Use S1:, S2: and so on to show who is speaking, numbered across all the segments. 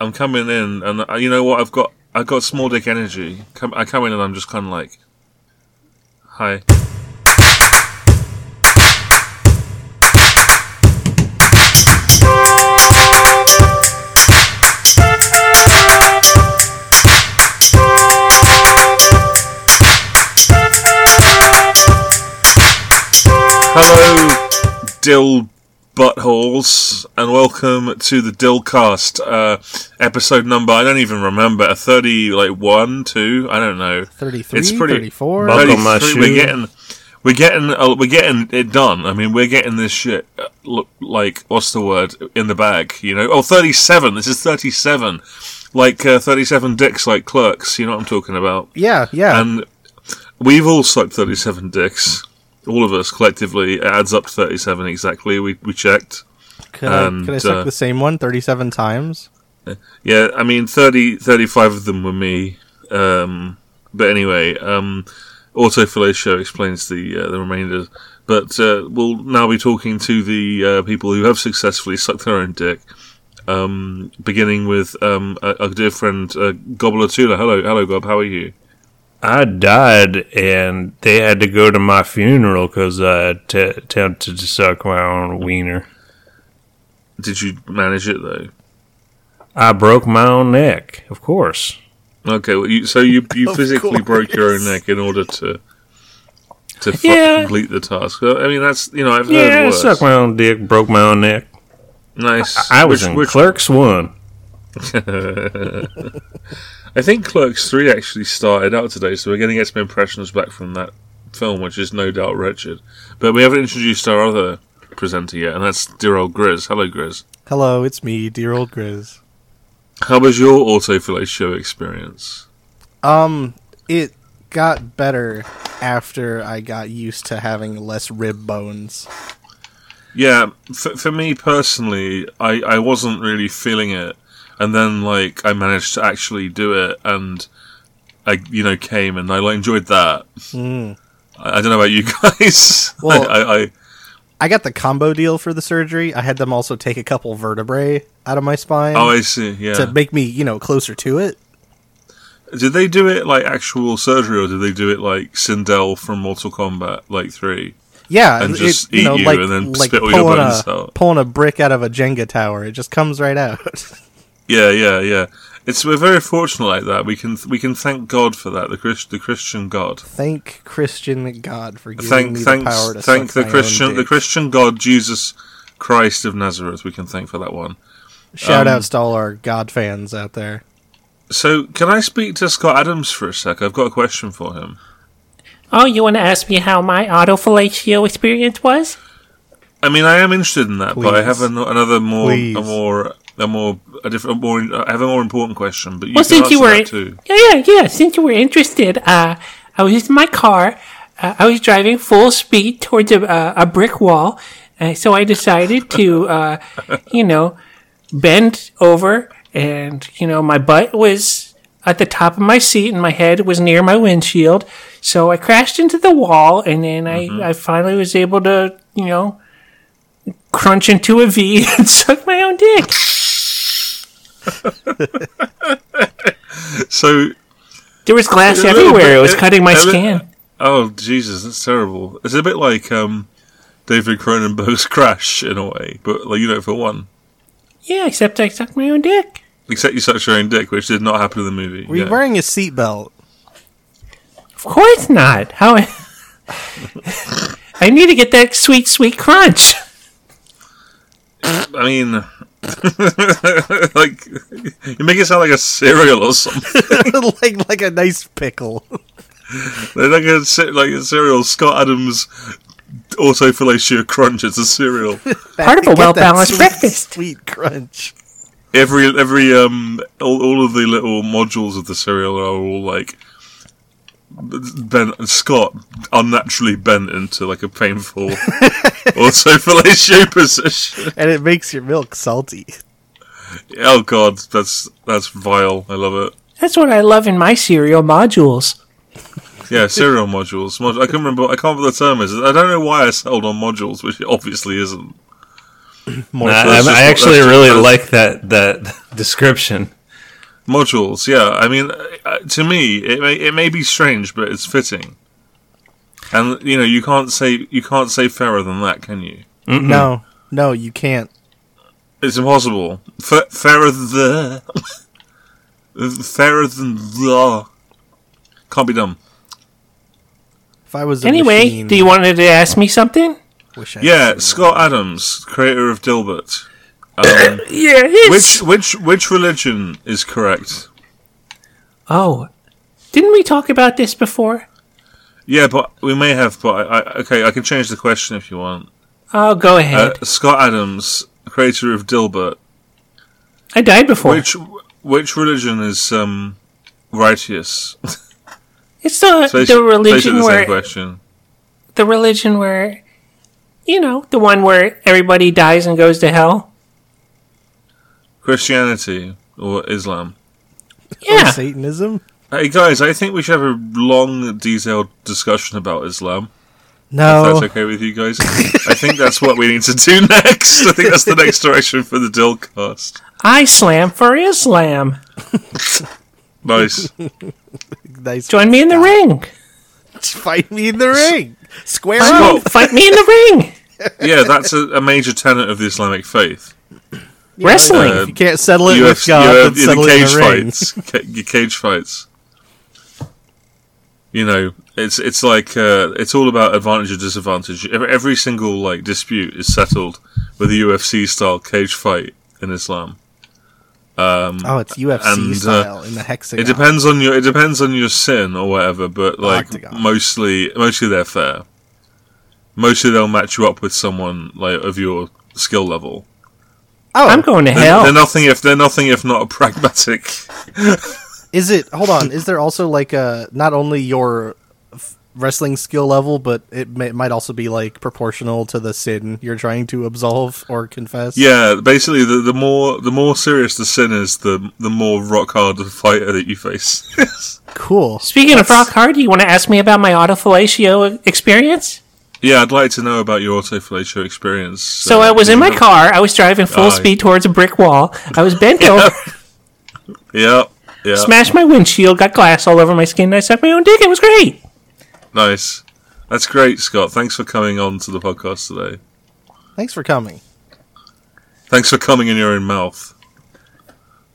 S1: I'm coming in, and uh, you know what? I've got I've got small dick energy. Come, I come in, and I'm just kind of like, hi. Hello, dill buttholes, and welcome to the Dillcast uh, episode number. I don't even remember a thirty, like one, two. I don't know.
S2: 33,
S1: It's pretty-
S2: 34.
S1: But
S3: Buckle my
S1: We're
S3: shoe.
S1: getting, we're getting, uh, we're getting it done. I mean, we're getting this shit. uh, Look, like what's the word in the bag? You know? Oh, 37. This is thirty-seven. Like uh, thirty-seven dicks, like clerks. You know what I'm talking about?
S2: yeah, yeah.
S1: And we've all sucked 37 dicks. All of us collectively. It adds up to 37 exactly. We, we checked.
S2: could, I,
S1: and,
S2: could I suck
S1: uh,
S2: the same one 37 times?
S1: Yeah, I mean, 30, 35 of them were me. Um, but anyway, um, Autofellatio explains the uh, the remainder. But uh, we'll now be talking to the uh, people who have successfully sucked their own dick. Um, beginning with um, our our dear friend uh, Gobbler Tula. Hello, hello, Gob. How are you?
S3: I died, and they had to go to my funeral because I t- attempted to suck my own wiener.
S1: Did you manage it though?
S3: I broke my own neck, of course.
S1: Okay, well, you, so you you
S2: Of
S1: physically
S2: course.
S1: broke your own neck in order to to fu-
S3: Yeah.
S1: complete the task. Well, I mean, that's you know I've heard
S3: yeah, I
S1: worse.
S3: sucked my own dick, broke my own neck.
S1: nice.
S3: I was
S1: Which-
S3: in
S1: which-
S3: Clerks One.
S1: I think Clerks Three actually started out today, so we're going to get some impressions back from that film, which is no doubt wretched. But we haven't introduced our other presenter yet, and that's dear old Grizz. Hello, Grizz.
S2: Hello, it's me, dear old Grizz.
S1: How was your autofillet show experience?
S2: Um, it got better after I got used to having less rib bones.
S1: Yeah, for, for me personally, I, I wasn't really feeling it, and then like I managed to actually do it, and I you know came and I like, enjoyed that.
S2: Mm.
S1: I, I don't know about you guys.
S2: Well-
S1: I, I, I
S2: I got the combo deal for the surgery. I had them also take a couple vertebrae out of my spine
S1: oh I see.
S2: to
S1: Yeah.
S2: make me, you know, closer to it.
S1: Did they do it like actual surgery, or did they do it like Sindel from Mortal Kombat like three?
S2: Yeah,
S1: And
S2: it-
S1: just
S2: you
S1: eat
S2: know,
S1: you
S2: like,
S1: and then
S2: like
S1: spit all
S2: pulling,
S1: your bones
S2: a,
S1: out.
S2: pulling a brick out of a Jenga tower. It just comes right out.
S1: Yeah, yeah, yeah. It's we're very fortunate like that. We can we can thank God for that. The Christ, the Christian God.
S2: thank Christian God for giving
S1: thank
S2: me
S1: thanks,
S2: the power to
S1: thank
S2: suck
S1: the
S2: my
S1: Christian
S2: own
S1: the
S2: dick.
S1: Christian God Jesus Christ of Nazareth. We can thank for that one.
S2: Shout
S1: um,
S2: outs to all our God fans out there.
S1: So can I speak to Scott Adams for a sec? I've got a question for him.
S4: Oh, you want to ask me how my autofellatio experience was?
S1: I mean, I am interested in that, but I
S2: Please.
S1: have an, another more
S2: Please.
S1: a more a more a different more. I have a more important question, but you
S4: well,
S1: can
S4: since
S1: answer
S4: you were,
S1: that too.
S4: yeah, yeah, yeah. Since you were interested, uh, I was in my car. Uh, I was driving full speed towards a, uh, a brick wall, uh, so I decided to, uh, you know, bend over, and you know, my butt was at the top of my seat, and my head was near my windshield. So I crashed into the wall, and then I,
S1: Mm-hmm.
S4: I finally was able to, you know, crunch into a V and suck my own dick.
S1: So,
S4: There was glass
S1: A little
S4: everywhere.
S1: bit-
S4: It was cutting my
S1: a little-
S4: skin.
S1: oh Jesus, that's terrible. It's a bit like um, David Cronenberg's Crash in a way, but like you know, for one,
S4: Yeah, except I sucked my own dick.
S1: except you sucked your own dick, which did not happen in the movie.
S2: Were you
S1: Yeah.
S2: wearing a seatbelt?
S4: Of course not. How? I need to get that sweet, sweet crunch.
S1: I mean, like you make it sound like a cereal or something,
S2: like like a nice pickle.
S1: like a ce- like a cereal. Scott Adams autofellatio crunch. It's a cereal.
S4: Part
S2: Get
S4: of a
S2: that
S4: well-balanced
S2: sweet-
S4: breakfast.
S2: Sweet crunch.
S1: Every every um all, all of the little modules of the cereal are all like bent. Scott unnaturally bent into like a painful autofellatio position.
S2: And it makes your milk salty.
S1: Oh God, that's that's vile. I love it.
S4: That's what I love in my cereal modules.
S1: Yeah, serial modules. Mod- I can't remember. I can't remember the term is. I don't know why I settled on modules, which it obviously isn't.
S2: More
S3: I,
S1: that's
S3: I-
S1: just-
S3: I actually
S1: that's-
S3: really
S1: that's-
S3: like that that description.
S1: modules. Yeah, I mean, uh, to me, it may it may be strange, but it's fitting. And you know, you can't say you can't say fairer than that, can you?
S2: No, no, you can't.
S1: It's impossible. Fa- fairer than fairer than the can't be done.
S2: If I was a
S4: Anyway,
S2: machine,
S4: do you wanted to ask me something?
S2: wish I
S1: Yeah,
S2: was-
S1: Scott Adams, creator of Dilbert. Um,
S4: Yeah.
S1: which which which religion is correct?
S4: Oh, didn't we talk about this before?
S1: Yeah, but we may have. But I, I, okay, I can change the question if you want.
S4: Oh, go ahead.
S1: Uh, Scott Adams, creator of Dilbert.
S4: I died before.
S1: Which which religion is um, righteous?
S4: it's the
S1: It's basi-
S4: Uh, the religion
S1: basically the same
S4: where
S1: question.
S4: the religion where you know the one where everybody dies and goes to hell.
S1: Christianity or Islam? Oh,
S2: Or
S4: Yeah.
S2: Satanism.
S1: Hey guys, I think we should have a long, detailed discussion about Islam. If
S2: No,
S1: that's okay with you guys. I think that's what we need to do next. I think that's the next direction for the Dillcast.
S4: I slam for Islam.
S1: Nice.
S2: nice.
S4: Join me in the ring.
S2: Fight me in the ring, square
S1: Scott.
S2: up.
S4: Oh, fight me in the ring.
S1: Yeah, that's a, a major tenet of the Islamic faith.
S4: Wrestling.
S1: Uh,
S2: If you can't settle it with
S1: UFC,
S2: God,
S1: uh,
S2: then settle it in
S1: cage
S2: the ring.
S1: fights, ca- your cage fights. You know, it's it's like uh, it's all about advantage or disadvantage. Every, every single like dispute is settled with a UFC style cage fight in Islam.
S2: Oh, it's UFC
S1: and, uh,
S2: style in the hexagon.
S1: It depends on your it depends on your sin or whatever, but like
S2: Octagon.
S1: mostly mostly they're fair. Mostly they'll match you up with someone like of your skill level.
S2: Oh,
S4: I'm going to
S1: They're,
S4: hell.
S1: they're nothing if they're nothing if not pragmatic.
S2: Is it? Hold on. Is there also like a not only your f- wrestling skill level, but it, may, it might also be like proportional to the sin you're trying to absolve or confess?
S1: Yeah, basically the, the more the more serious the sin is, the the more rock hard the fighter that you face.
S2: Cool.
S4: Speaking of rock hard, you want to ask me about my autofellatio experience?
S1: yeah, I'd like to know about your autofellatio experience. uh,
S4: So I was in my car. I was driving full
S1: Oh,
S4: speed towards a brick wall. I was bent over,
S1: Yeah, yeah,
S4: smashed my windshield, got glass all over my skin. and I sucked my own dick. It was great.
S1: nice. That's great, Scott. Thanks for coming on to the podcast today.
S2: Thanks for coming.
S1: Thanks for coming in your own mouth.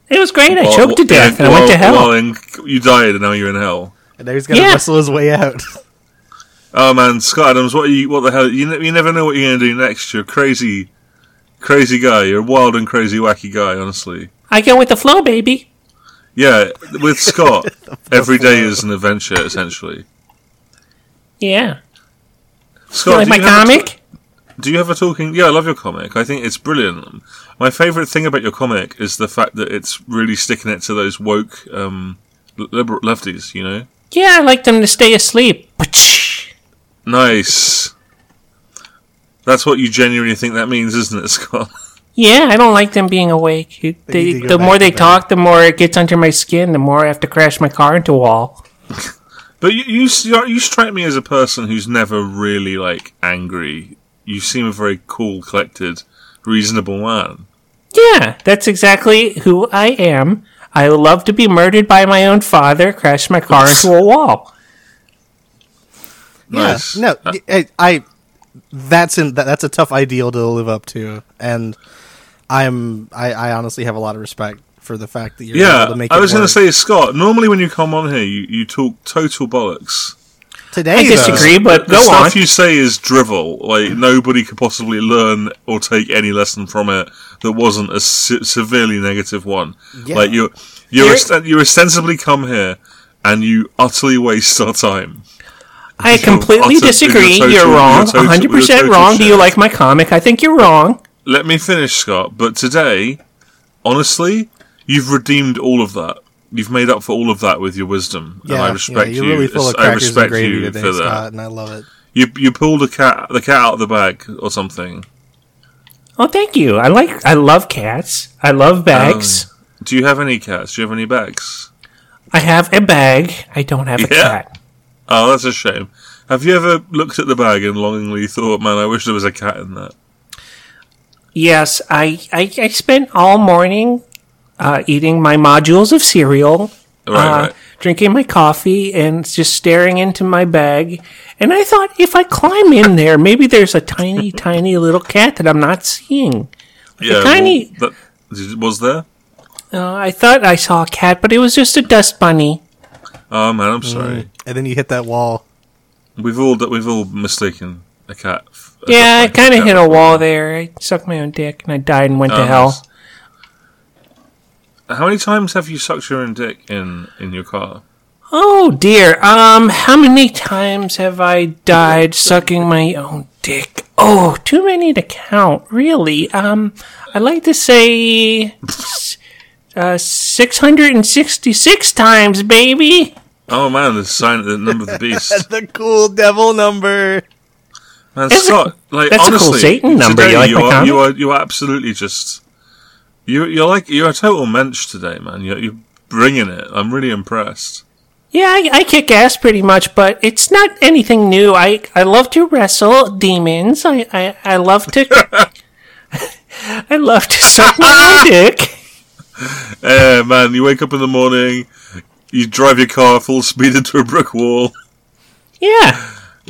S4: It was great. I
S1: While-
S4: choked to
S1: yeah,
S4: death. and I went
S1: while-
S4: to hell.
S1: while in- you died, and now you're in hell.
S2: And now he's gonna
S4: Yeah.
S2: wrestle his way out.
S1: Oh man, Scott Adams, what are you? What the hell? You, ne- you never know what you're going to do next. You're a crazy, crazy guy. You're a wild and crazy, wacky guy. Honestly.
S4: I go with the flow, baby.
S1: Yeah, with Scott, every day is an adventure, essentially.
S4: Yeah. You
S1: Scott,
S4: like
S1: do
S4: my
S1: you have a-
S4: comic?
S1: do you have a talking? Yeah, I love your comic. I think it's brilliant. My favourite thing about your comic is the fact that it's really sticking it to those woke um, liberal lefties. You know,
S4: Yeah, I like them to stay asleep.
S1: nice. That's what you genuinely think that means, isn't it, Scott?
S4: Yeah, I don't like them being awake. It-
S2: They
S4: They,
S2: need to go
S4: the
S2: back
S4: more
S2: to
S4: they
S2: bed.
S4: talk, the more it gets under my skin, the more I have to crash my car into a wall.
S1: But you, you s- you strike me as a person who's never really like angry. You seem a very cool, collected, reasonable man.
S4: Yeah, that's exactly who I am. I love to be murdered by my own father, crash my car into a wall.
S1: Nice.
S2: Yeah. No, I, I. That's in. That, that's a tough ideal to live up to, and I'm. I, I honestly have a lot of respect for the fact that you're able
S1: Yeah,
S2: to make.
S1: I
S2: it
S1: was going to
S2: work.
S1: say, Scott. Normally, when you come on here, you, you talk total bollocks.
S2: today.
S4: I
S2: though-
S4: disagree, but
S1: uh, the
S4: go on.
S1: stuff you say is drivel. Like nobody could possibly learn or take any lesson from it that wasn't a se- severely negative one.
S2: Yeah.
S1: Like you, you,
S4: You're-
S1: ost- you ostensibly come here and you utterly waste our time.
S4: I completely
S1: You're
S4: disagree.
S1: total-
S4: You're
S1: you're
S4: wrong.
S1: total-
S4: 100%
S1: you're
S4: wrong.
S1: total
S4: Do you
S1: shit.
S4: like my comic? I think you're wrong.
S1: Let me finish, Scott. But today, honestly, you've redeemed all of that. You've made up for all of that with your wisdom, and I respect
S2: you're
S1: you.
S2: really full of
S1: I
S2: crackers and
S1: respect
S2: gravy
S1: you
S2: today,
S1: for that.
S2: Scott, and I love it.
S1: You you pulled a cat the cat out of the bag or something.
S4: Oh, thank you. I like I love cats. I love bags.
S1: Do you have any cats? Do you have any bags?
S4: I have a bag. I don't have a
S1: Yeah.
S4: cat.
S1: Oh, that's a shame. Have you ever looked at the bag and longingly thought, "Man, I wish there was a cat in that"?
S4: Yes, I, I, I spent all morning uh, eating my modules of cereal,
S1: Right,
S4: uh,
S1: right.
S4: drinking my coffee, and just staring into my bag. And I thought if I climb in there, maybe there's a tiny, tiny little cat that I'm not seeing.
S1: Yeah,
S4: tiny-
S1: well, that, was there?
S4: Uh, I thought I saw a cat, but it was just a dust bunny.
S1: Oh man,
S4: Mm.
S1: I'm sorry.
S2: And then you hit that wall.
S1: We've all d- we've all mistaken a cat. f- a
S4: yeah, I
S1: dog for
S4: kind of
S1: cat
S4: hit a
S1: before.
S4: wall there. I sucked my own dick, and I died and went
S1: Oh,
S4: to hell.
S1: nice. How many times have you sucked your own dick in in your car?
S4: Oh dear. Um, how many times have I died sucking my own dick? Oh, too many to count, really. Um, I'd like to say s- uh, 666 times, baby.
S1: Oh man, the sign, the number of the beast.
S2: The cool devil number.
S1: Man,
S4: That's a-
S1: Scott, like
S4: that's a cool
S1: honestly,
S4: Satan number.
S1: Today
S4: You like my
S1: are,
S4: comment?
S1: you are you are absolutely just you you're like you're a total mensch today, man. You're, you're bringing it. I'm really impressed.
S4: Yeah, I, I kick ass pretty much, but it's not anything new. I, I love to wrestle demons. I, I, I love to. I love to suck my own dick.
S1: Eh, man, you wake up in the morning, you drive your car full speed into a brick wall,
S4: Yeah.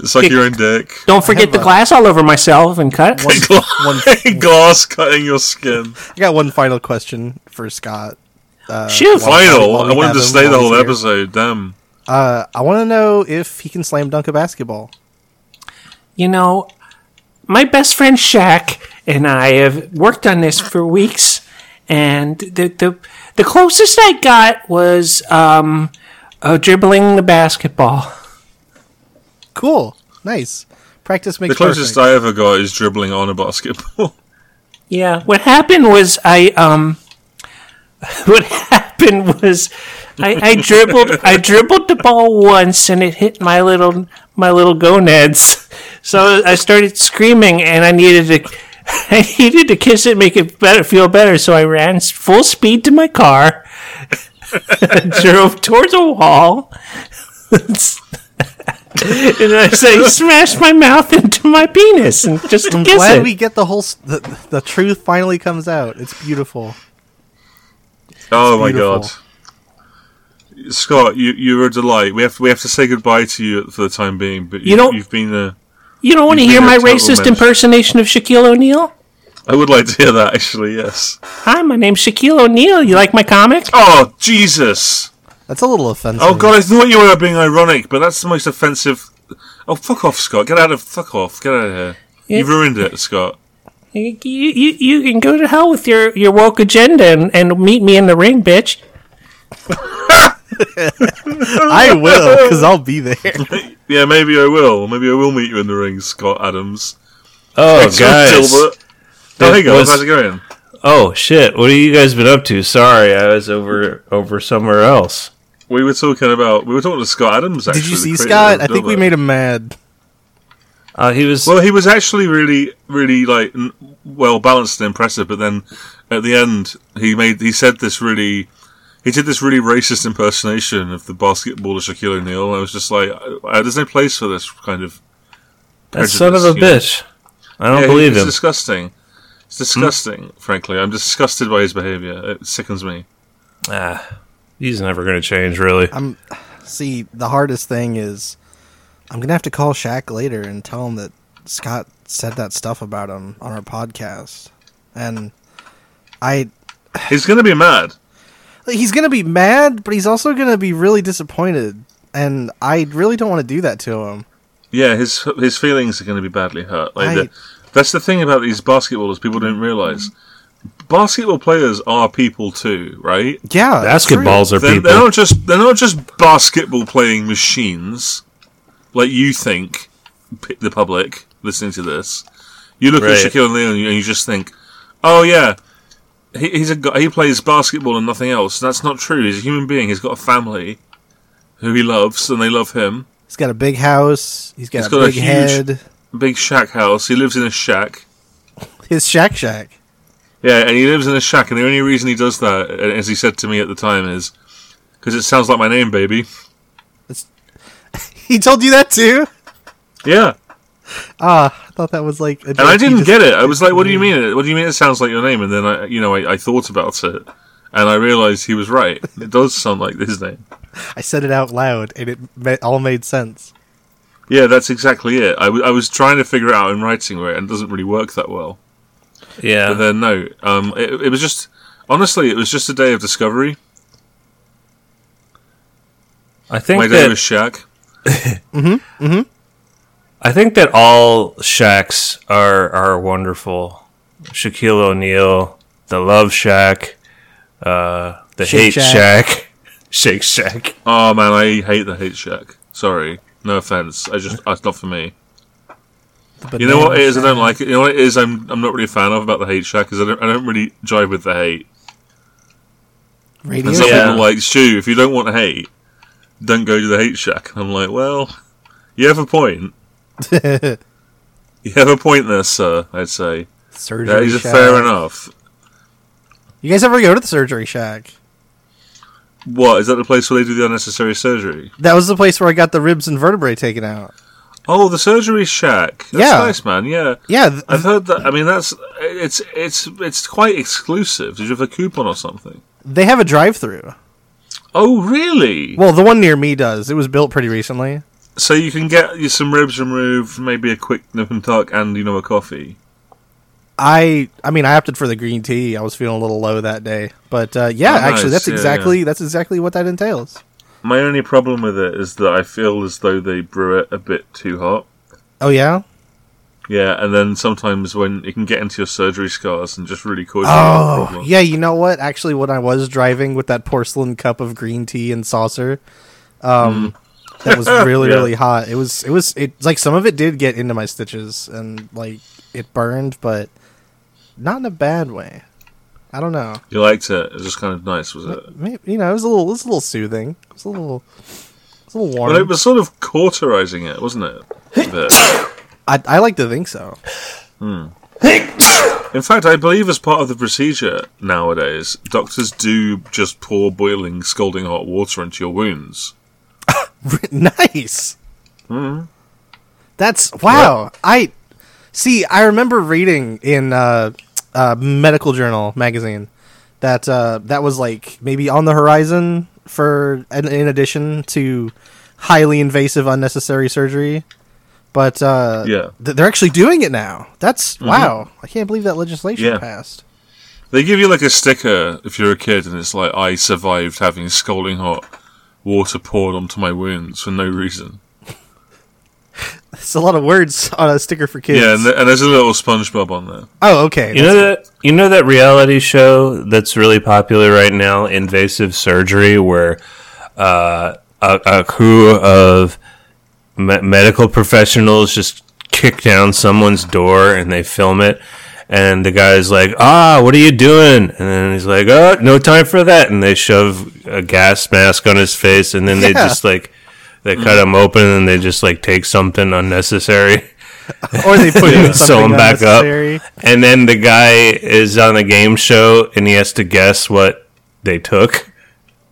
S1: suck your own dick,
S4: Don't forget the glass all over myself and cut.
S1: glass cutting your skin.
S2: I got one final question for Scott.
S4: Shoot.
S1: Final.
S2: While we
S1: I wanted
S2: have
S1: to
S2: him,
S1: stay
S2: while
S1: the
S2: he's
S1: whole
S2: here.
S1: episode. Damn.
S2: Uh, I want to know if he can slam dunk a basketball.
S4: you know, my best friend Shaq and I have worked on this for weeks, and the the, the closest I got was um, uh, dribbling the basketball.
S2: Cool. Nice. Practice makes
S1: The closest
S2: perfect.
S1: I ever got is dribbling on a basketball.
S4: Yeah, what happened was I um, what happened was I, I dribbled I dribbled the ball once and it hit my little my little gonads, so I started screaming and I needed to. I needed to kiss it, make it better, feel better. So I ran s- full speed to my car, drove towards a wall, and I say, smashed my mouth into my penis and just
S2: I'm
S4: kissed
S2: glad
S4: it.
S2: we get the whole s- the, the truth finally comes out. It's beautiful.
S1: oh my god.
S2: beautiful.
S1: Scott, you you're a delight. We have we have to say goodbye to you for the time being, but you,
S4: You don't-
S1: you've been a
S4: You don't want to
S1: You've
S4: hear
S1: been
S4: my
S1: a total
S4: racist
S1: mensch.
S4: impersonation of Shaquille O'Neal?
S1: I would like to hear that actually, yes.
S4: Hi, my name's Shaquille O'Neal. You like my comic?
S1: Oh Jesus.
S2: That's a little offensive.
S1: Oh god, I thought you were being ironic, but that's the most offensive Oh fuck off, Scott. Get out of fuck off. Get out of here. You've ruined it, Scott.
S4: You, you, you can go to hell with your, your woke agenda and, and meet me in the ring, bitch.
S2: I will because I'll be there.
S1: Yeah, maybe I will. Maybe I will meet you in the ring, Scott Adams.
S3: Oh,
S1: Scott
S3: guys.
S1: Tilbert. Oh, hey
S3: It
S1: guys,
S3: was-
S1: how's it going?
S3: Oh shit! What have you guys been up to? Sorry, I was over over somewhere else.
S1: We were talking about we were talking to Scott Adams. Actually,
S2: Did you
S1: the
S2: see
S1: creator
S2: Scott?
S1: of
S2: I think we
S1: Dilbert.
S2: made him mad.
S3: Uh, he was
S1: Well, he was actually really, really like n- well balanced and impressive. But then at the end, he made he said this really. He did this really racist impersonation of the basketballer Shaquille O'Neal. I was just like, I- I- "There's no place for this kind of."
S3: that son of a
S1: prejudice,
S3: bitch. I don't
S1: Yeah, he-
S3: believe
S1: it's
S3: him. Hmm?
S1: disgusting. It's disgusting. Frankly, I'm disgusted by his behavior. It sickens me.
S3: Ah, he's never going to change, really.
S2: See, the hardest thing is I'm gonna have to call Shaq later and tell him that Scott said that stuff about him on our podcast, and I
S1: He's going to be mad.
S2: he's gonna be mad, but he's also gonna be really disappointed, and I really don't want to do that to him.
S1: Yeah, his his feelings are going to be badly hurt. Like
S2: I-
S1: the- that's the thing about these basketballers. People don't realize basketball players are people too, right?
S2: Yeah, Uh, it's true.
S3: Basketballs are
S1: They're,
S3: people.
S1: they're not just they're not just basketball playing machines, like you think. p- The public listening to this, you look
S3: Right.
S1: at Shaquille O'Neal and you, and you just think, "Oh yeah, he, he's a guy, he plays basketball and nothing else." That's not true. He's a human being. He's got a family who he loves, and they love him.
S2: He's got a big house. He's got
S1: He's
S2: a
S1: got a
S2: big
S1: huge-
S2: head.
S1: Big shack house. He lives in a shack.
S2: His Shaq Shack.
S1: Yeah, and he lives in a shack, and the only reason he does that, uh, as he said to me at the time, is because it sounds like my name, baby.
S2: He told you that too.
S1: Yeah,
S2: Ah, I thought that was like. A
S1: And I didn't get it. I was like, "What do you mean? What do you mean? It sounds like your name." And then I, you know, I, I thought about it, and I realized he was right. It does sound like his name.
S2: I said it out loud, and it ma- all made sense.
S1: Yeah, that's exactly it. I, w- I was trying to figure it out in writing where it, and it doesn't really work that well.
S3: Yeah.
S1: But then no, um, it, it was just honestly, it was just a day of discovery.
S3: I think
S1: My day
S3: that
S1: was Shaq.
S3: I think that all Shaqs are are wonderful. Shaquille O'Neal, the Love Shack, uh, the
S2: Shake
S3: Hate
S2: Shack.
S3: Shack, Shake Shack.
S1: Oh man, I hate the hate Shaq. Sorry, no offense. I just that's not for me.
S2: The
S1: You know what it
S2: banana
S1: is? I don't
S2: shack.
S1: like it. You know what it is? I'm I'm not really a fan of about the hate Shaq is I don't I don't really jive with the hate.
S2: Radio.
S1: And some
S3: Yeah.
S1: people are like, Stu, if you don't want hate, don't go to the hate shack. And I'm like, well, you have a point. You have a point there, sir, I'd say.
S2: surgery
S1: That is
S2: shack.
S1: fair enough.
S2: You guys ever go to the surgery shack?
S1: What, is that the place where they do the unnecessary surgery?
S2: That was the place where I got the ribs and vertebrae taken out.
S1: Oh, the surgery shack. That's
S2: Yeah.
S1: nice, man, yeah.
S2: Yeah, th-
S1: I've heard that. I mean, that's it's it's it's quite exclusive. Did you have a coupon or something?
S2: they have a drive-through.
S1: Oh, really?
S2: Well, the one near me does. It was built pretty recently.
S1: So you can get you some ribs removed, maybe a quick nip and tuck, and you know a coffee.
S2: I I mean I opted for the green tea. I was feeling a little low that day, but uh, yeah,
S1: Oh, nice.
S2: actually that's
S1: Yeah,
S2: exactly that's exactly what that entails.
S1: My only problem with it is that I feel as though they brew it a bit too hot.
S2: Oh yeah.
S1: Yeah, and then sometimes when it can get into your surgery scars and just really cause you a
S2: Oh
S1: problem.
S2: yeah. You know what? Actually, when I was driving with that porcelain cup of green tea and saucer, um, that was really
S1: Mm. Yeah.
S2: really hot. It was it was it like some of it did get into my stitches and like it burned, but not in a bad way. I don't know.
S1: You liked it. It was just kind of nice, was it?
S2: Maybe, you know, it was a little it was a little soothing. It was a little it was a little warm.
S1: Well, it was sort of cauterizing it, wasn't it? A bit.
S2: I I like to think so.
S1: In fact, I believe as part of the procedure nowadays, doctors do just pour boiling, scalding hot water into your wounds.
S2: nice. That's wow. I see. I remember reading in uh, uh, medical journal magazine that uh, that was like maybe on the horizon for in, in addition to highly invasive, unnecessary surgery. But uh,
S1: Yeah.
S2: th- they're actually doing it now. That's wow. I can't believe that legislation
S1: Yeah.
S2: passed.
S1: They give you like a sticker if you're a kid, and it's like, I survived having scalding hot water poured onto my wounds for no reason.
S2: It's a lot of words on a sticker for kids.
S1: Yeah, and, th- and there's a little SpongeBob on there.
S2: oh, okay.
S3: You know that you know that reality show that's really popular right now, Invasive Surgery, where uh, a, a crew of me- medical professionals just kick down someone's door and they film it. And the guy's like, "Ah, what are you doing?" And then he's like, "Oh, no time for that." And they shove a gas mask on his face, and then they
S2: Yeah.
S3: just like they cut him open and they just like take something unnecessary.
S2: or they put in
S3: Yeah. Sew 'em
S2: something
S3: back up.
S2: unnecessary.
S3: And then the guy is on a game show and he has to guess what they took.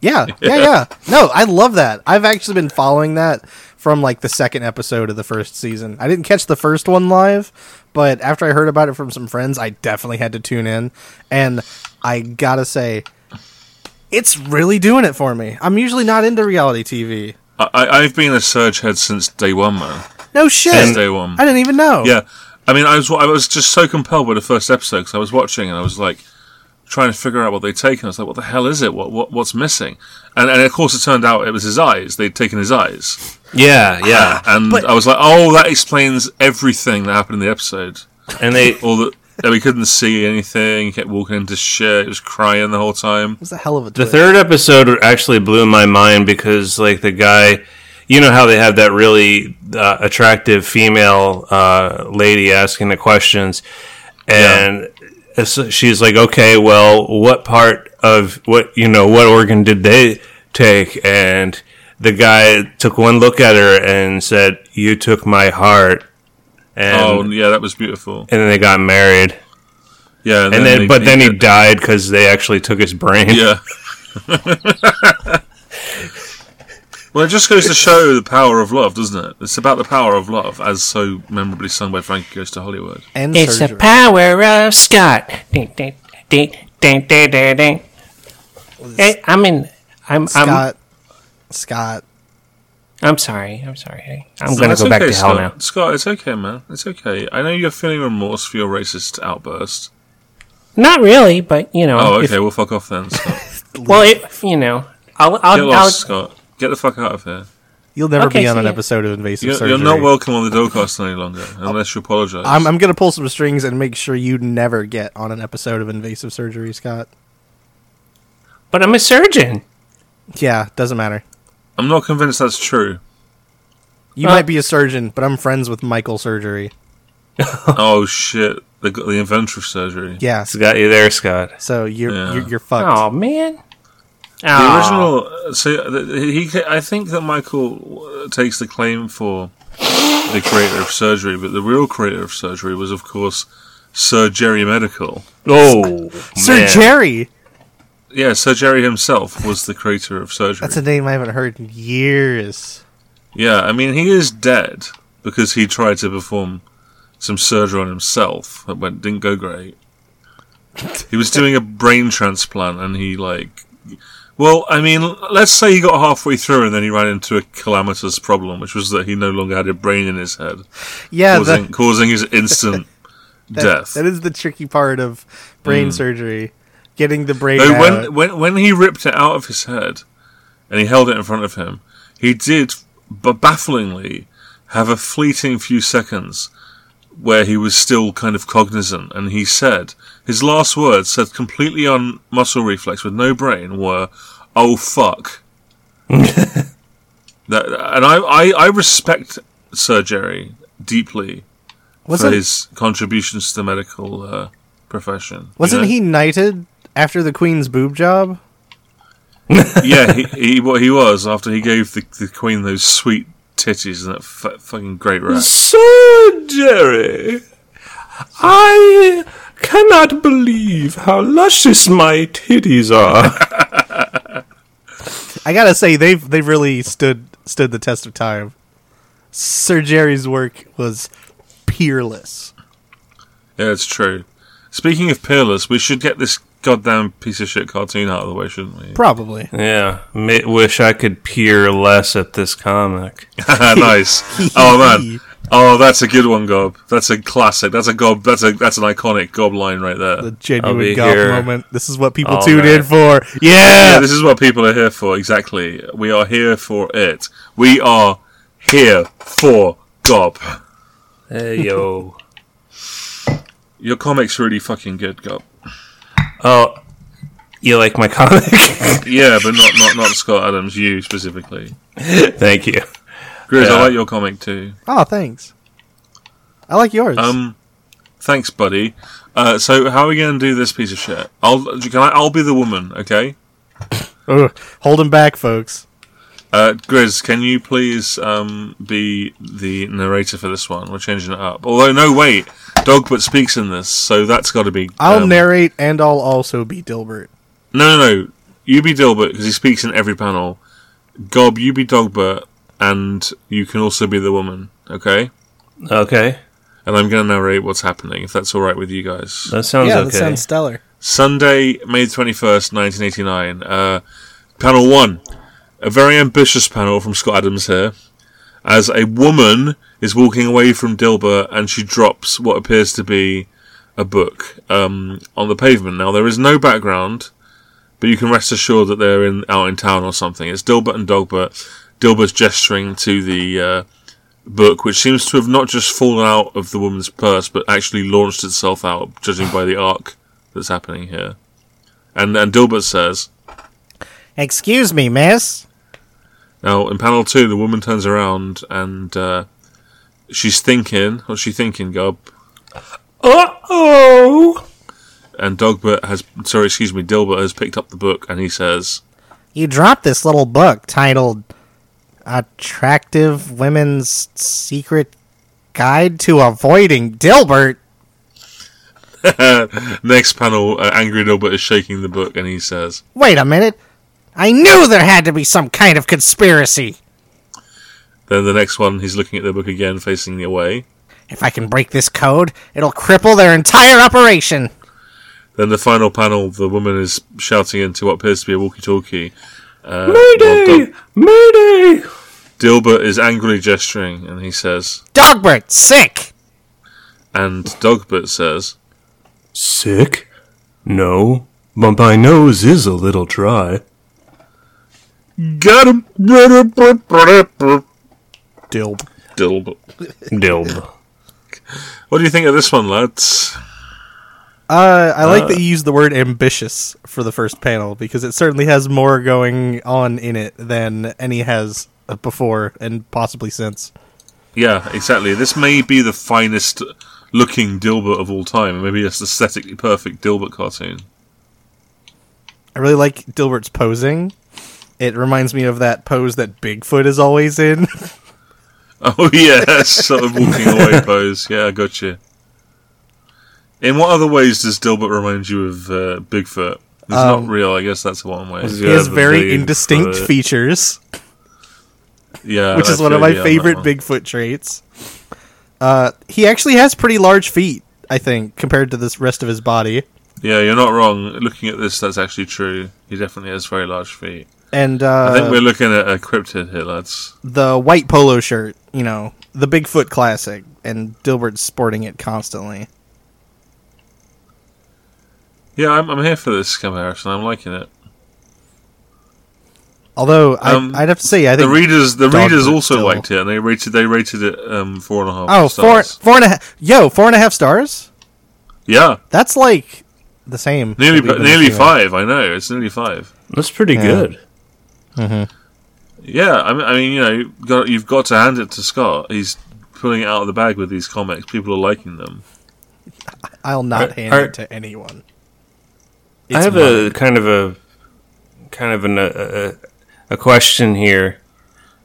S2: Yeah, yeah, yeah. No, I love that. I've actually been following that from like the second episode of the first season. I didn't catch the first one live, but after I heard about it from some friends, I definitely had to tune in. And I gotta say, it's really doing it for me. I'm usually not into reality TV.
S1: I- I- I've been a surge head since day one, man.
S2: No shit.
S1: Since day one.
S2: I didn't even know.
S1: Yeah, I mean, I was I was just so compelled by the first episode because I was watching and I was like trying to figure out what they'd taken. I was like, what the hell is it? What what what's missing? And and of course, it turned out it was his eyes. They'd taken his eyes,
S3: Yeah, yeah.
S1: and I was like, oh, that explains everything that happened in the episode.
S3: And they
S1: All that. that we couldn't see anything. He kept walking into shit. He was crying the whole time.
S2: It was a hell of a
S3: the
S2: twist.
S3: third episode actually blew my mind because like the guy you know how they have that really uh, attractive female uh, lady asking the questions and so she's like okay well what part of what you know what organ did they take and the guy took one look at her and said you took my heart and
S1: Oh, yeah, that was beautiful.
S3: and then they got married
S1: Yeah,
S3: and then
S1: they-
S3: but then he died because they actually took his brain
S1: yeah. Well, it just goes to show the power of love, doesn't it? It's about the power of love, as so memorably sung by Frankie Goes to Hollywood.
S2: And
S4: It's the
S2: surgery.
S4: power of Scott. Ding, ding, ding, ding, ding, ding, ding. Hey, I'm in. I'm. I'm.
S2: Scott. Scott.
S4: I'm sorry. I'm sorry. Hey, I'm
S1: No,
S4: gonna
S1: it's
S4: go back
S1: okay,
S4: to hell
S1: Scott.
S4: now.
S1: Scott, it's okay, man. It's okay. I know you're feeling remorse for your racist outburst.
S4: Not really, but you know.
S1: Oh,
S4: if-
S1: okay. Well, fuck off then, Scott.
S4: well, if, you know, I'll.
S1: Get
S4: I'll, I'll
S1: lost, Scott. Get the fuck out of here.
S2: You'll never
S4: Okay,
S2: be on
S4: see
S2: an
S4: ya.
S2: episode of Invasive
S1: You're,
S2: Surgery.
S1: you're not welcome on the Doorcast any longer, unless you apologise.
S2: I'm, I'm going to pull some strings and make sure you never get on an episode of Invasive Surgery, Scott.
S4: but I'm a surgeon.
S2: Yeah, doesn't matter.
S1: I'm not convinced that's true.
S2: You
S4: Uh,
S2: might be a surgeon, but I'm friends with Michael Surgery.
S1: oh shit! They got the inventor of surgery.
S2: Yeah,
S3: It's got you there, Scott.
S2: so you're
S1: Yeah.
S2: you're, you're fucked.
S4: Oh man.
S1: The
S4: Aw.
S1: original. uh, So he, he- I think that Michael uh, takes the claim for the creator of surgery, but the real creator of surgery was, of course, Sir Jerry Medical.
S3: Oh,
S2: Sir
S3: man.
S2: Jerry.
S1: Yeah, Sir Jerry himself was the creator of surgery.
S2: That's a name I haven't heard in years.
S1: yeah, I mean he is dead because he tried to perform some surgery on himself that went didn't go great. He was doing a brain transplant and he like well, I mean, let's say he got halfway through and then he ran into a calamitous problem, which was that he no longer had a brain in his head,
S2: Yeah,
S1: causing,
S2: that,
S1: causing his instant
S2: that-
S1: death. Mm.
S2: that is the tricky part of brain surgery, getting the brain
S1: No,
S2: out.
S1: when, when when he ripped it out of his head and he held it in front of him, he did b- bafflingly have a fleeting few seconds where he was still kind of cognizant, and he said his last words, said completely on muscle reflex with no brain, were "Oh fuck." that, and I, I I respect Sir Jerry deeply for
S2: wasn't
S1: his contributions to the medical uh, profession. you
S2: wasn't
S1: know?
S2: he knighted after the Queen's boob job?
S1: yeah, he, he what he was after he gave the, the queen those sweet titties and that f- fucking great rack.
S3: Sir Jerry, I cannot believe how luscious my titties are.
S2: I gotta say they've they've really stood stood the test of time. Sir Jerry's work was peerless.
S1: Yeah, it's true. Speaking of peerless, we should get this goddamn piece of shit cartoon out of the way, shouldn't we?
S2: Probably.
S3: yeah, ma- wish I could peer less at this comic.
S1: nice. Oh man. Oh, that's a good one, Gob. That's a classic. That's a gob. That's a that's an iconic gob line right there.
S2: The
S3: I'll be
S2: genuine gob
S3: here
S2: moment. This is what people
S3: all
S2: tuned in
S3: night.
S2: for.
S1: Yeah,
S2: Yeah.
S1: this is what people are here for. Exactly. We are here for it. We are here for gob.
S3: Hey yo.
S1: Your comic's really fucking good, Gob.
S3: oh, you like my comic?
S1: Yeah, but not not not Scott Adams. You specifically.
S3: Thank you.
S1: Grizz, I
S3: Yeah.
S1: like your comic too.
S2: Oh, thanks. I like yours.
S1: Um, thanks, buddy. Uh, so how are we going to do this piece of shit? I'll can I, I'll be the woman, okay?
S2: Ugh, hold him back, folks.
S1: Uh, Grizz, can you please um, be the narrator for this one? We're changing it up. Although, no, wait, Dogbutt speaks in this, so that's got to be.
S2: I'll
S1: um,
S2: narrate and I'll also be Dilbert.
S1: No, no, no. You be Dilbert because he speaks in every panel. Gob, you be Dogbert, and you can also be the woman, okay?
S3: Okay,
S1: And I'm going to narrate what's happening if that's all right with you guys.
S3: that sounds
S2: Yeah, that
S3: okay.
S2: sounds stellar.
S1: Sunday, May 21st, 1989. Uh, panel one. A very ambitious panel from Scott Adams here. As a woman is walking away from Dilbert and she drops what appears to be a book um, on the pavement. Now, there is no background, but you can rest assured that they're in out in town or something. It's Dilbert and Dogbert. Dilbert's gesturing to the uh, book, which seems to have not just fallen out of the woman's purse, but actually launched itself out, judging by the arc that's happening here. And and Dilbert says,
S2: Excuse me, miss.
S1: now in panel two, the woman turns around and uh, she's thinking. What's she thinking, Gob?
S3: Uh oh.
S1: And Dogbert has, sorry, excuse me, Dilbert has picked up the book and he says,
S2: You dropped this little book titled Attractive Women's Secret Guide to Avoiding Dilbert.
S1: next panel, uh, angry Dilbert is shaking the book and he says,
S2: Wait a minute. I knew there had to be some kind of conspiracy.
S1: Then the next one, he's looking at the book again, facing away.
S5: If I can break this code, it'll cripple their entire operation.
S1: Then the final panel, the woman is shouting into what appears to be a walkie-talkie. Uh, while Dil-
S4: Mayday!
S1: Dilbert is angrily gesturing, and he says,
S5: Dogbert, sick!
S1: and Dogbert says,
S3: Sick? No, but my nose is a little dry.
S1: "Get him, get him, brr, brr, brr."
S2: Dilb.
S1: Dilbert."
S3: Dilb.
S1: What do you think of this one, lads?
S2: Uh, I like that you used the word ambitious for the first panel because it certainly has more going on in it than any has before and possibly since.
S1: Yeah, exactly. This may be the finest looking Dilbert of all time. Maybe it's aesthetically perfect Dilbert cartoon.
S2: I really like Dilbert's posing. It reminds me of that pose that Bigfoot is always in.
S1: Oh yes, sort of walking away pose. Yeah, I got you. In what other ways does Dilbert remind you of uh, Bigfoot? It's
S2: Um,
S1: not real. I guess that's one way.
S3: Is
S2: he has
S3: Yeah,
S2: very
S3: Bigfoot.
S2: indistinct features,
S1: Yeah,
S2: which
S1: I
S2: is one of
S1: feel
S2: my
S1: you Oh, on that
S2: favorite
S1: one.
S2: Bigfoot traits. Uh, he actually has pretty large feet, I think, compared to this rest of his body.
S1: Yeah, you're not wrong. Looking at this, that's actually true. He definitely has very large feet.
S2: And uh,
S1: I think we're looking at a cryptid here, lads.
S2: the white polo shirt, you know, the Bigfoot classic, and Dilbert's sporting it constantly.
S1: Yeah, I'm, I'm here for this comparison. I'm liking it.
S2: Although I,
S1: Um,
S2: I'd have to say, I
S1: The
S2: think
S1: readers, the
S2: Dog
S1: readers
S2: Food
S1: also
S2: still-
S1: liked it, and they rated they rated it um, four and a half.
S2: oh four
S1: stars.
S2: four and a half yo four and a half stars.
S1: Yeah,
S2: That's like the same.
S1: nearly
S2: that we've been
S1: nearly
S2: looking at.
S1: five. I know it's nearly five.
S3: That's pretty good.
S1: Yeah, I mean, I mean, you know, you've got, you've got to hand it to Scott. He's pulling it out of the bag with these comics. People are liking them.
S2: I'll not
S3: Are-
S2: hand
S3: are-
S2: it to anyone.
S3: I have a kind of a kind of an, a, a a question here,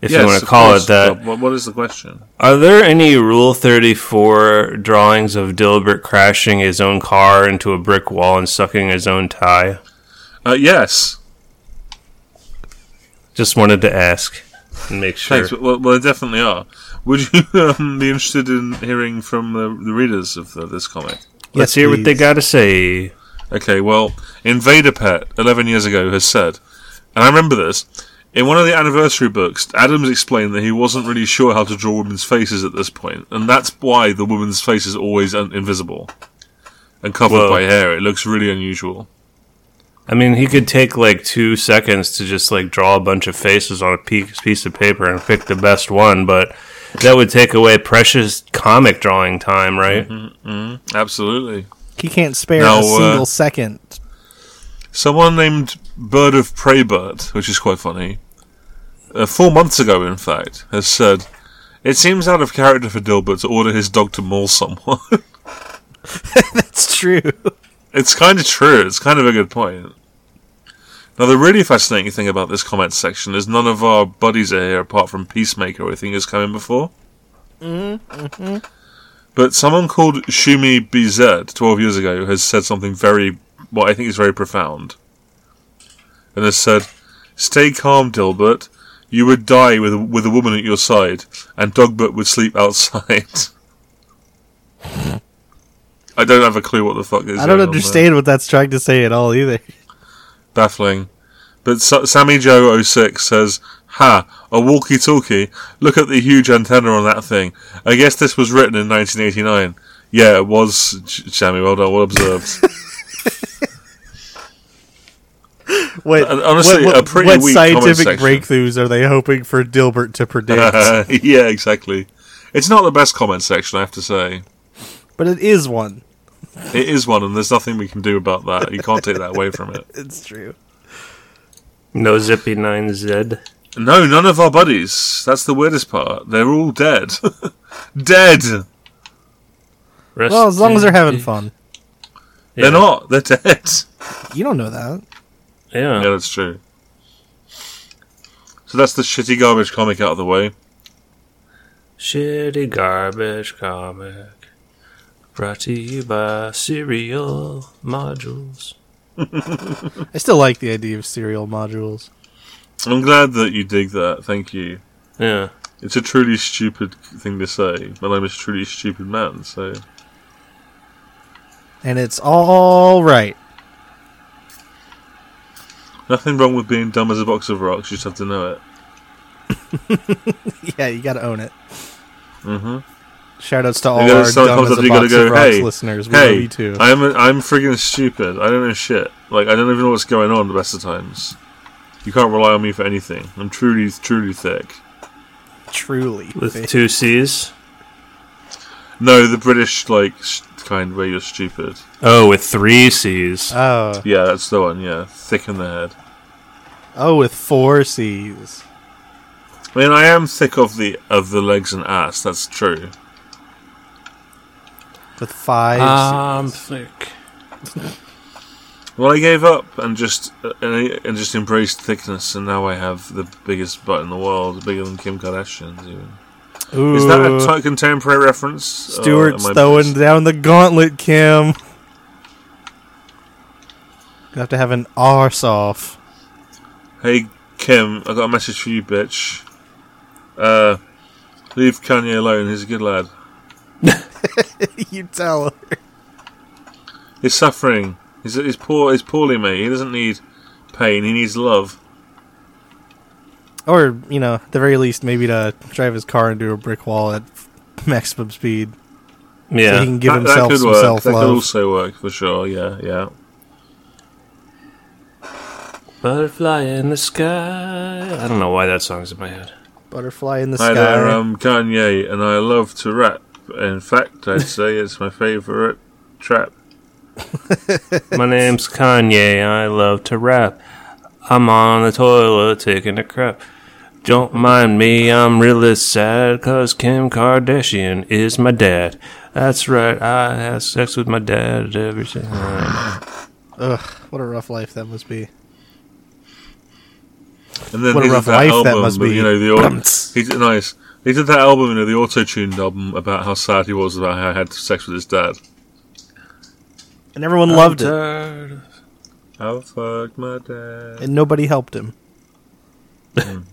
S3: if you want to
S1: of
S3: call
S1: course.
S3: it that.
S1: What, what is the question?
S3: Are there any Rule 34 drawings of Dilbert crashing his own car into a brick wall and sucking his own tie?
S1: Uh, yes,
S3: Just wanted to ask and make sure.
S1: thanks. Well, well, there definitely are. Would you um, be interested in hearing from the, the readers of the, this comic?
S2: Yes,
S3: Let's hear what they
S2: please.
S3: got to say.
S1: Okay, well, Invader Pet, 11 years ago, has said, and I remember this, in one of the anniversary books, Adams explained that he wasn't really sure how to draw women's faces at this point, and that's why the woman's face is always un- invisible and covered
S3: Whoa.
S1: by hair. It looks really unusual.
S3: I mean, he could take like two seconds to just like draw a bunch of faces on a pe- piece of paper and pick the best one, but that would take away precious comic drawing time, right?
S1: Absolutely.
S2: He can't spare
S1: Now,
S2: a
S1: uh,
S2: single second.
S1: Someone named Bird of Prey Bird, which is quite funny, uh, four months ago, in fact, has said, It seems out of character for Dilbert to order his dog to maul someone.
S2: That's true.
S1: It's kind of true. It's kind of a good point. Now, the really fascinating thing about this comment section is none of our buddies are here apart from Peacemaker, who I think has come in before. Mm-hmm. But someone called Shumi BZ 12 years ago has said something very, what I think is very profound. And has said, Stay calm, Dilbert. You would die with, with a woman at your side, and Dogbert would sleep outside. I don't have a clue what the fuck is
S2: I don't
S1: going on there
S2: understand what that's trying to say at all either.
S1: baffling. But Sa- Sammy Joe 06 says, "Ha, a walkie-talkie. Look at the huge antenna on that thing. I guess this was written in 1989. Yeah, it was, Sh- Sammy. Well done, well observed.
S2: What,
S1: And Uh, honestly,
S2: what,
S1: a pretty
S2: what
S1: weak comment
S2: scientific
S1: section.
S2: breakthroughs are they hoping for Dilbert to predict?
S1: yeah, exactly. It's not the best comment section, I have to say.
S2: but it is one.
S1: It is one, and there's nothing we can do about that. You can't take that away from it.
S2: It's true.
S3: No Zippy 9Z.
S1: No, none of our buddies. That's the weirdest part. They're all dead. dead.
S3: Rest
S2: Well, as long as they're
S3: in-
S2: having fun.
S3: Yeah.
S1: They're not. They're dead.
S2: You don't know that.
S3: Yeah.
S1: Yeah, that's true. So that's the shitty garbage comic out of the way.
S3: Shitty garbage comic. Brought to you by Serial Modules.
S2: I still like the idea of serial modules.
S1: I'm glad that you dig that. Thank you.
S3: Yeah.
S1: It's a truly stupid thing to say, but I'm a truly stupid man, so.
S2: and it's all right.
S1: Nothing wrong with being dumb as a box of rocks, you just have to know it.
S2: Yeah, you got to own it.
S1: hmm
S2: Shoutouts to all
S1: gotta-
S2: our
S1: someone
S2: dumb
S1: comes
S2: as
S1: up
S2: a
S1: to you, gotta
S2: box
S1: go,
S2: of rocks
S1: "Hey,
S2: listeners. We love
S1: Hey,
S2: you too.
S1: I'm a, I'm friggin' stupid. I don't know shit. Like, I don't even know what's going on the best of times. You can't rely on me for anything. I'm truly, truly thick.
S2: Truly,
S3: with two C's.
S1: No, the British, like, sh- kind where you're stupid.
S3: Oh, with three C's.
S2: oh,
S1: Yeah, that's the one, yeah. Thick in the head.
S2: oh, with four C's.
S1: I mean, I am thick of the of the legs and ass. That's true.
S2: With five.
S1: Uh,
S4: Um,
S2: C's.
S4: thick.
S1: Well, I gave up and just uh, and, I, and just embraced thickness, and now I have the biggest butt in the world, bigger than Kim Kardashian's. Even is that a
S2: Ooh,
S1: t- contemporary reference? or
S2: Stuart's
S1: am I
S2: throwing
S1: biased?
S2: down the gauntlet, Kim. You have to have an arse off.
S1: Hey Kim, I got a message for you, bitch. Uh, leave Kanye alone. He's a good lad.
S2: you tell her.
S1: He's suffering. He's he's poor. He's poorly, mate. He doesn't need pain. He needs love.
S2: Or, you know, at the very least, maybe to drive his car into a brick wall at maximum speed. So he
S3: yeah.
S2: can give himself some self
S1: That could
S2: love.
S1: also work for sure. Yeah, yeah.
S3: Butterfly in the sky. I don't know why that song's in my head.
S2: Butterfly in the
S1: Hi
S2: sky.
S1: there, I'm Kanye, and I love to rap. In fact, I'd say it's my favorite trap.
S3: My name's Kanye. I love to rap. I'm on the toilet taking a crap. Don't mind me, I'm really sad because Kim Kardashian is my dad. That's right, I had sex with my dad every single night.
S2: Ugh, what a rough life that must be.
S1: And then
S2: What
S1: he
S2: a
S1: did
S2: rough
S1: that
S2: life that
S1: album,
S2: must
S1: with,
S2: be.
S1: you know, the au-
S2: Blumts.
S1: he did, nice. He did that album, you know, the auto-tuned album about how sad he was about how he had sex with his dad.
S2: And everyone loved it.
S3: it.
S1: How fuck my dad.
S2: And nobody helped him.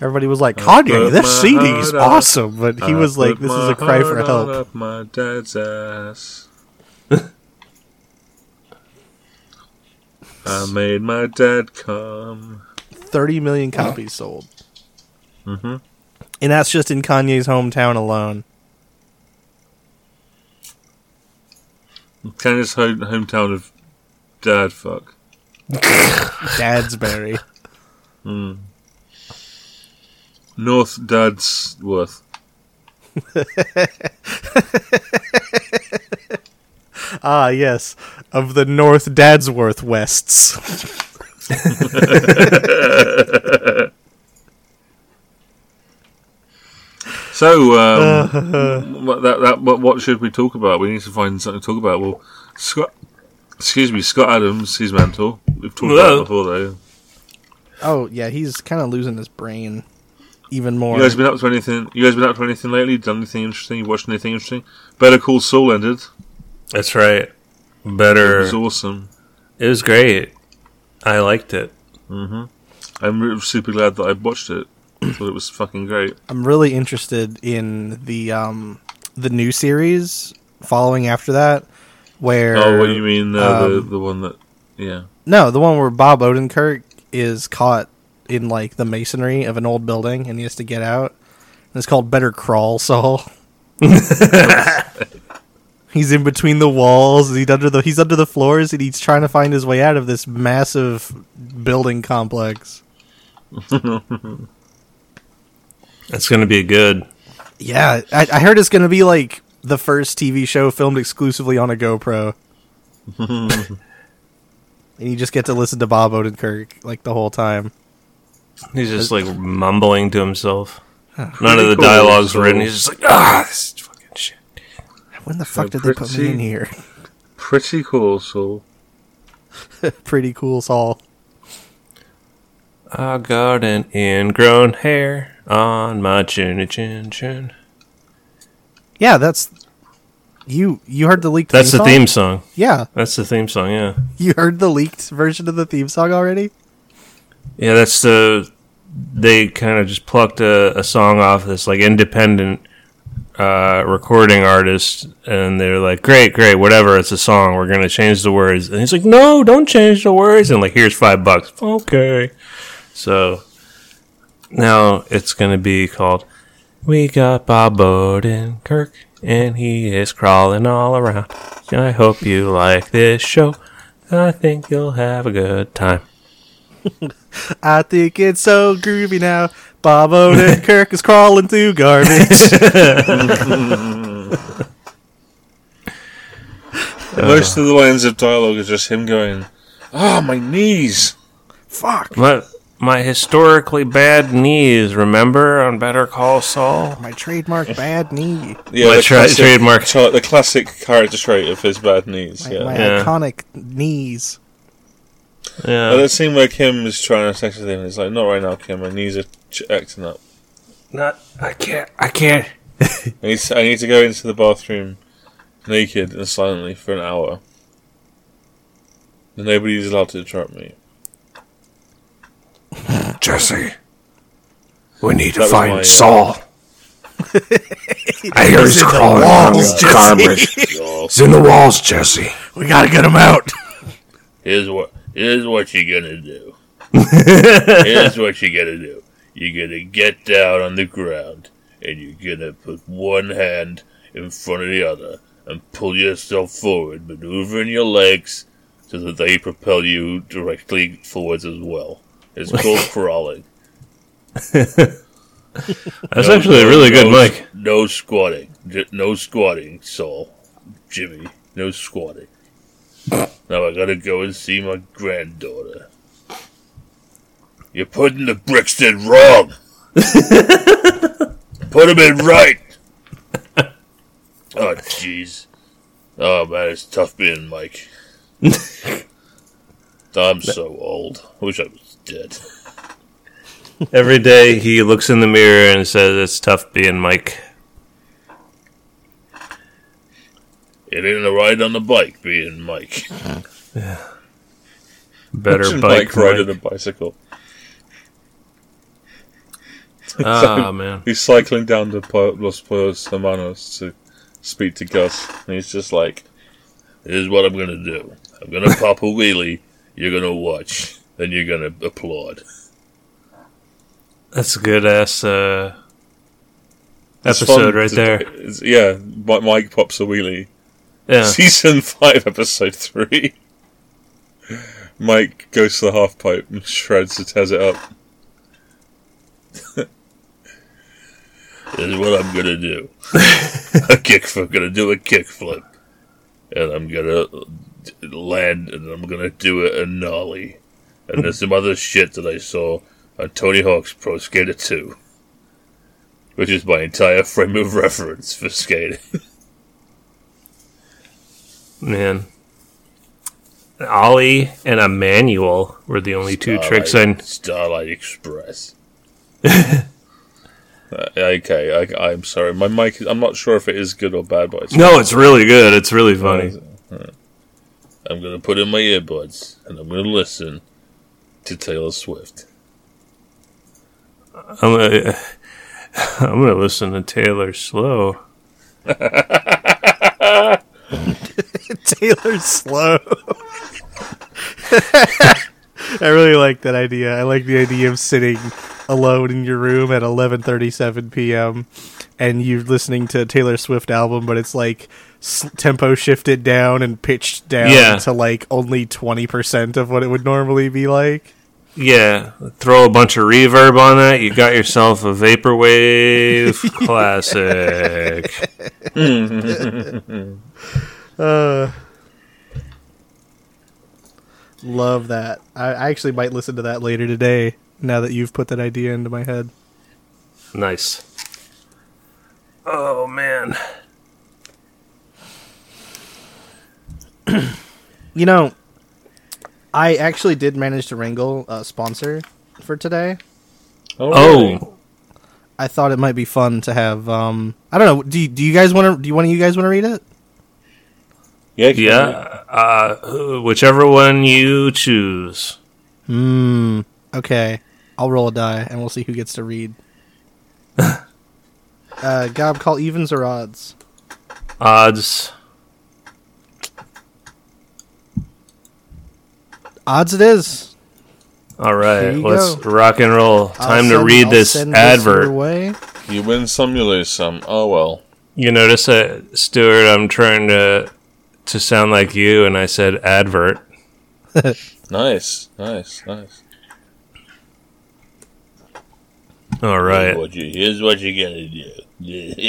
S2: Everybody was like, Kanye,
S1: Mm. put my
S2: this CD's
S1: heart out.
S2: awesome. But he
S1: I
S2: was like,
S1: put
S2: this is
S1: my
S2: a cry for
S1: heart
S2: help.
S1: Up my dad's ass. I made my dad come.
S2: 30 million copies sold. Mm-hmm.
S1: Mm-hmm.
S2: And that's just in Kanye's hometown alone.
S1: Kanye's home, hometown of dad fuck.
S2: Dadsbury.
S1: North Dadsworth.
S2: ah, yes. Of the North Dadsworth Wests.
S1: So, um, what, that, that, what, what should we talk about? We need to find something to talk about. Well, Scott, excuse me, Scott Adams, his mentor. We've talked about
S3: Hello.
S1: it before, though.
S2: Oh, yeah, he's kind of losing his brain even more.
S1: You guys been up to anything? You guys been up to anything lately? Done anything interesting? You watched anything interesting? Better Call Saul ended.
S3: That's right.
S1: It
S3: Better.
S1: was awesome.
S3: It was great. I liked it.
S1: I'm re- super glad that I watched it. I thought it was fucking great.
S2: I'm really interested in the um the new series following after that where
S1: Oh, what you mean uh, the
S2: um,
S1: the one that? Yeah.
S2: No, the one where Bob Odenkirk is caught in like the masonry of an old building and he has to get out. And it's called Better Crawl Saul. he's in between the walls, he's under the he's under the floors and he's trying to find his way out of this massive building complex.
S3: It's going to be good.
S2: Yeah, I, I heard it's going to be like the first TV show filmed exclusively on a GoPro. and you just get to listen to Bob Odenkirk like the whole time.
S3: He's just like mumbling to himself. None of
S1: Pretty
S3: the
S1: cool.
S3: dialogue's written. He's just like, ah, this is fucking shit.
S2: When the fuck did they put me
S1: pretty-
S2: in here?
S1: Pretty cool, Saul.
S2: Pretty cool, Saul.
S3: I got an ingrown hair on my chinny chin chin.
S2: Yeah, that's you. You heard the leaked.
S3: That's the
S2: song?
S3: theme song.
S2: Yeah,
S3: That's the theme song, yeah.
S2: you heard the leaked version of the theme song already.
S3: Yeah, that's the they kind of just plucked a, a song off this like independent uh, recording artist, and they're like, "Great, great, whatever. It's a song. We're gonna change the words." And he's like, "No, don't change the words." And like, here's five bucks. Okay, so now it's gonna be called "We Got Bob Odenkirk, and he is crawling all around." I hope you like this show. I think you'll have a good time.
S2: I think it's so groovy now. Bob Odenkirk is crawling through garbage.
S1: Most of the lines of dialogue are just him going, "Ah, my knees."
S2: Fuck.
S3: My my historically bad knees. Remember on Better Call Saul.
S5: My trademark bad knee.
S1: Yeah,
S3: My tra- trademark.
S1: tra- the classic character trait of his bad knees.
S5: My,
S1: Yeah,
S5: my
S3: Yeah.
S5: iconic knees.
S3: Yeah.
S1: Uh, that scene where Kim is trying to sex with him, it's like, not right now, Kim. My knees are ch- acting up.
S3: Not. I can't. I can't.
S1: I need, to, I need to go into the bathroom naked and silently for an hour. And nobody's allowed to interrupt me.
S6: Jesse, we need
S1: That
S6: to
S1: was
S6: find
S1: my-
S6: Saul. I hear he's crawling around in garbage. It's in the walls, Jesse.
S2: We gotta get him out.
S1: Here's what here's what you're gonna do. here's what you're gonna do. You're gonna get down on the ground and you're gonna put one hand in front of the other and pull yourself forward, maneuvering your legs so that they propel you directly forwards as well. It's called crawling.
S3: That's actually a really good
S1: no,
S3: mic.
S1: No squatting. J- No squatting, Saul. Jimmy, no squatting. now I gotta go and see my granddaughter. You're putting the bricks in wrong! Put 'em in right! Oh, jeez. Oh, man, it's tough being Mike. I'm so old. Wish I was dead.
S3: Every day he looks in the mirror and says, "It's tough being Mike."
S1: It ain't a ride on the bike being Mike.
S3: Better
S1: Imagine
S3: bike
S1: Mike riding
S3: Mike.
S1: a bicycle.
S3: Ah man.
S1: He's cycling down to Po- Los Pueblos Hermanos to speak to Gus, and he's just like, "Here's what I'm gonna do. I'm gonna pop a wheelie. You're gonna watch, then you're gonna applaud."
S3: That's a good ass uh, episode right there.
S1: It's- yeah, Mi- Mike pops a wheelie.
S3: Yeah.
S1: Season five, episode three. Mike goes to the half pipe and shreds and tears it up. this is what I'm gonna do. a kick. I'm gonna do a kickflip, and I'm gonna land, and I'm gonna do it a nollie, and there's some other shit that I saw on Tony Hawk's Pro Skater 2, which is my entire frame of reference for skating.
S3: Man. Ollie and Emmanuel were the only two tricks I
S1: Starlight- Starlight Express. Uh, okay, I, I'm sorry. My mic. is- I'm not sure if it is good or bad, but it's Uh,
S3: No, it's really good. It's really funny.
S1: I'm gonna put in my earbuds and I'm gonna listen to Taylor Swift.
S3: I'm gonna, I'm gonna listen to Taylor Slow.
S2: Taylor Slow. I really like that idea. I like the idea of sitting alone in your room at 11:37 p.m. and you're listening to a Taylor Swift album, but it's like s- tempo shifted down and pitched down
S3: Yeah.
S2: to like only 20% of what it would normally be like.
S3: Yeah, throw a bunch of reverb on that. You got yourself a vaporwave classic.
S2: Uh Love that. I, I actually might listen to that later today now that you've put that idea into my head.
S3: Nice. Oh man.
S2: You know,
S5: I actually did manage to wrangle a sponsor for today.
S1: really?
S3: Oh,
S2: I thought it might be fun to have. Um, I don't know. Do you, do you guys want to? Do you one of you guys want to read it?
S1: yeah, can
S3: yeah.
S1: you-
S3: Uh, whichever one you choose.
S2: Okay. I'll roll a die and we'll see who gets to read. uh, Gob, call evens or odds?
S3: Odds.
S2: Odds it is.
S3: All right,
S2: you
S3: let's
S2: go.
S3: rock and roll.
S2: I'll
S3: Time to
S2: send-
S3: read
S2: I'll
S3: this
S2: send
S3: advert.
S2: your way.
S1: You win some, you lose some. Oh well.
S3: You notice that, Stuart? I'm trying to to sound like you, and I said advert.
S1: Nice, nice, nice.
S3: All right, all
S1: What you, here's what you're gonna do. the,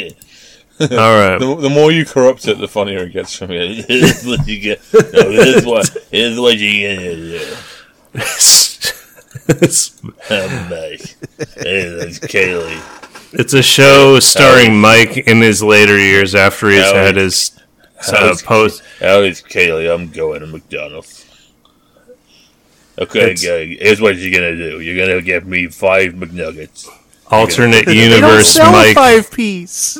S3: right.
S1: the more you corrupt it, the funnier it gets from you. Here's what you get. No, here's what. Here's what you're gonna do.
S3: it's
S1: I'm Mike. Hey, that's Kaylee.
S3: a show starring Mike in his later years after he's
S1: Howie.
S3: had his uh,
S1: Howie's-
S3: post.
S1: Oh, it's Kaylee. I'm going to McDonald's. Okay,
S3: It's-
S1: gang, here's what you're gonna do. You're gonna get me five McNuggets.
S3: alternate
S2: They don't
S3: universe
S2: sell
S3: Mike.
S2: five piece.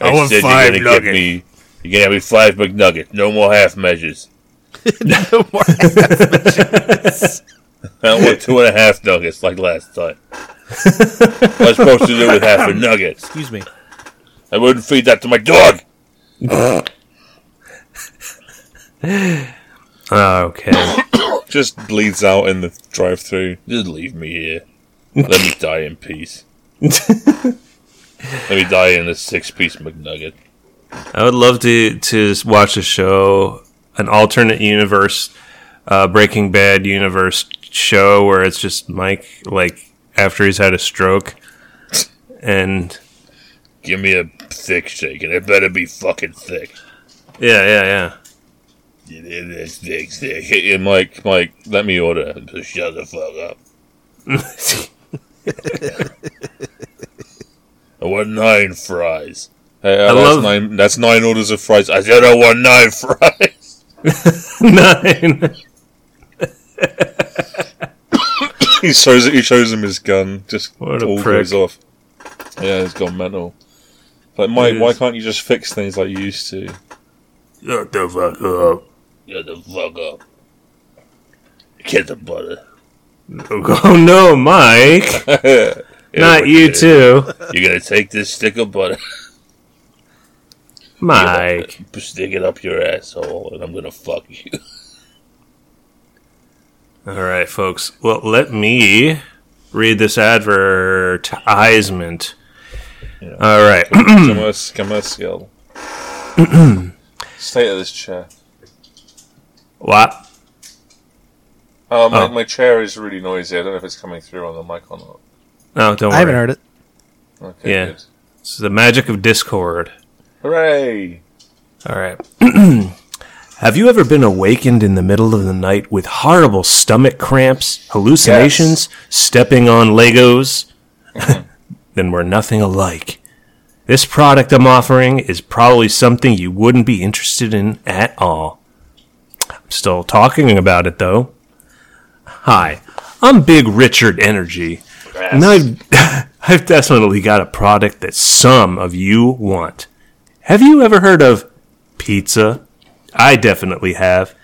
S1: I,
S3: want
S1: said
S3: five
S1: you're gonna get me. You're gonna have me five McNuggets. No more half measures. I want two and a half nuggets like last time. What's supposed to do with half a nugget?
S2: Excuse me.
S1: I wouldn't feed that to my dog.
S3: Oh, okay.
S1: Just bleeds out in the drive-through. Just leave me here. Let me die in peace. Let me die in a six-piece McNugget.
S3: I would love to to watch a show, an alternate universe, uh, Breaking Bad universe show where it's just Mike like after he's had a stroke, and
S1: Give me a thick shake, and it better be fucking thick.
S3: yeah, yeah, yeah.
S1: It is thick, thick. Hey, Mike, Mike, let me order. Just shut the fuck up. I want nine fries. Hey, uh, that's,
S3: love-
S1: nine, that's nine orders of fries. I said I want nine fries.
S3: Nine.
S1: he shows he shows him his gun. Just
S3: What a
S1: all
S3: prick.
S1: goes off. Yeah, he's gone mental. Like Mike,
S3: It
S1: why
S3: is.
S1: can't you just fix things like you used to?
S3: Shut the fuck up.
S1: Shut the fuck up. Get the butter.
S3: Oh no, Mike! Not you too,
S1: You're gonna take this stick of butter.
S3: Mike.
S1: stick it up your asshole and I'm gonna fuck you.
S3: All right, folks. Well, let me read this advertisement. All right.
S1: Commerce, commercial. State of this chair.
S3: What?
S1: Oh, my,
S3: Oh.
S1: my chair is really noisy. I don't know if it's coming through on the mic or not.
S3: No, don't worry.
S2: I haven't heard it.
S1: Okay,
S3: Yeah.
S1: good.
S3: It's the magic of Discord.
S1: Hooray!
S3: All right. Have you ever been awakened in the middle of the night with horrible stomach cramps, hallucinations, stepping on Legos? then we're nothing alike. This product I'm offering is probably something you wouldn't be interested in at all. I'm still talking about it though. Hi, I'm Big Richard Energy. And I've, I've definitely got a product that some of you want. Have you ever heard of pizza? I definitely have.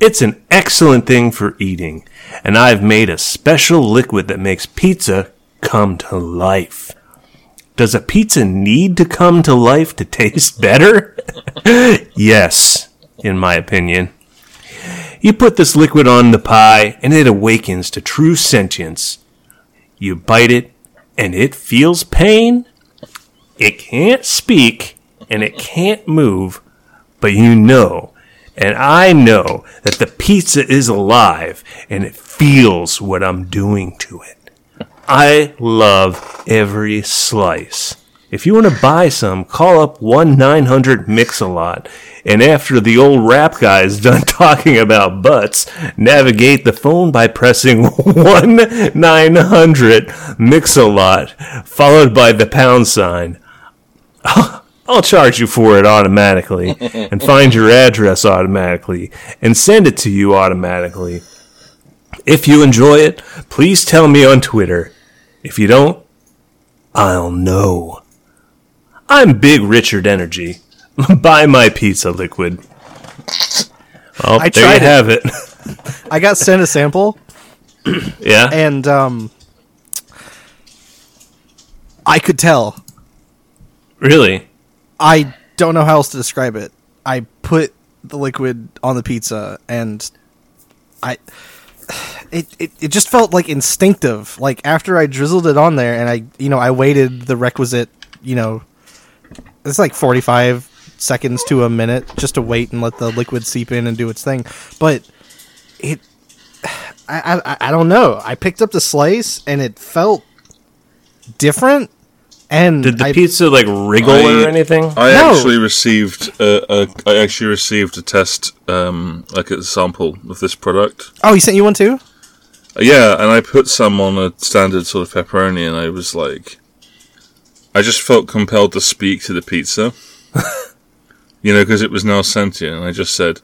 S3: It's an excellent thing for eating, and I've made a special liquid that makes pizza come to life. Does a pizza need to come to life to taste better? yes, in my opinion. You put this liquid on the pie, and it awakens to true sentience. You bite it, and it feels pain. It can't speak, and it can't move, but you know, and I know that the pizza is alive, and it feels what I'm doing to it. I love every slice. If you want to buy some, call up 1 900 Mix a Lot. And after the old rap guy is done talking about butts, navigate the phone by pressing 1 900 Mix a Lot, followed by the pound sign. I'll charge you for it automatically and find your address automatically and send it to you automatically. If you enjoy it, please tell me on Twitter. If you don't, I'll know. I'm Big Richard Energy. Buy my pizza liquid. Well,
S2: I
S3: there you
S2: tried it.
S3: have it.
S2: I got sent a sample,
S3: Yeah.
S2: and um, I could tell.
S3: really?
S2: I don't know how else to describe it. I put the liquid on the pizza, and I it, it it just felt like instinctive. Like after I drizzled it on there, and I you know I waited the requisite you know it's like forty five seconds to a minute just to wait and let the liquid seep in and do its thing. But it I I, I don't know. I picked up the slice, and it felt different. And
S3: Did the
S2: I,
S3: pizza like wriggle
S1: I-
S3: or anything?
S1: I
S2: No.
S1: actually received a, a I actually received a test um, like a sample of this product.
S2: oh, he sent you one too.
S1: Yeah, and I put some on a standard sort of pepperoni, and I was like, I just felt compelled to speak to the pizza, you know, because it was now sentient, and I just said,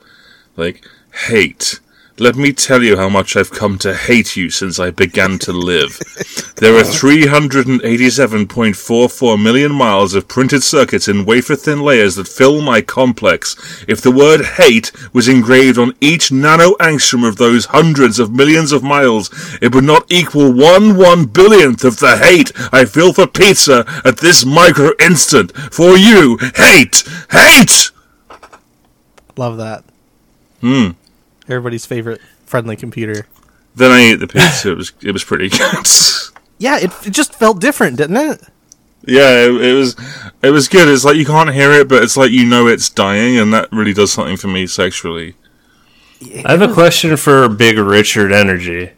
S1: like, hate. Let me tell you how much I've come to hate you since I began to live. There are 387.44 million miles of printed circuits in wafer thin layers that fill my complex. If the word hate was engraved on each nano angstrom of those hundreds of millions of miles, it would not equal one one billionth of the hate I feel for pizza at this micro instant. For you, hate! Hate!
S2: Love that. Hmm. Everybody's favorite friendly computer.
S1: Then I ate the pizza. It was, it was pretty good.
S2: Yeah, it, it just felt different, didn't it?
S1: Yeah, it, it was it was good. It's like you can't hear it, but it's like you know it's dying, and that really does something for me sexually.
S3: I have a question for Big Richard Energy.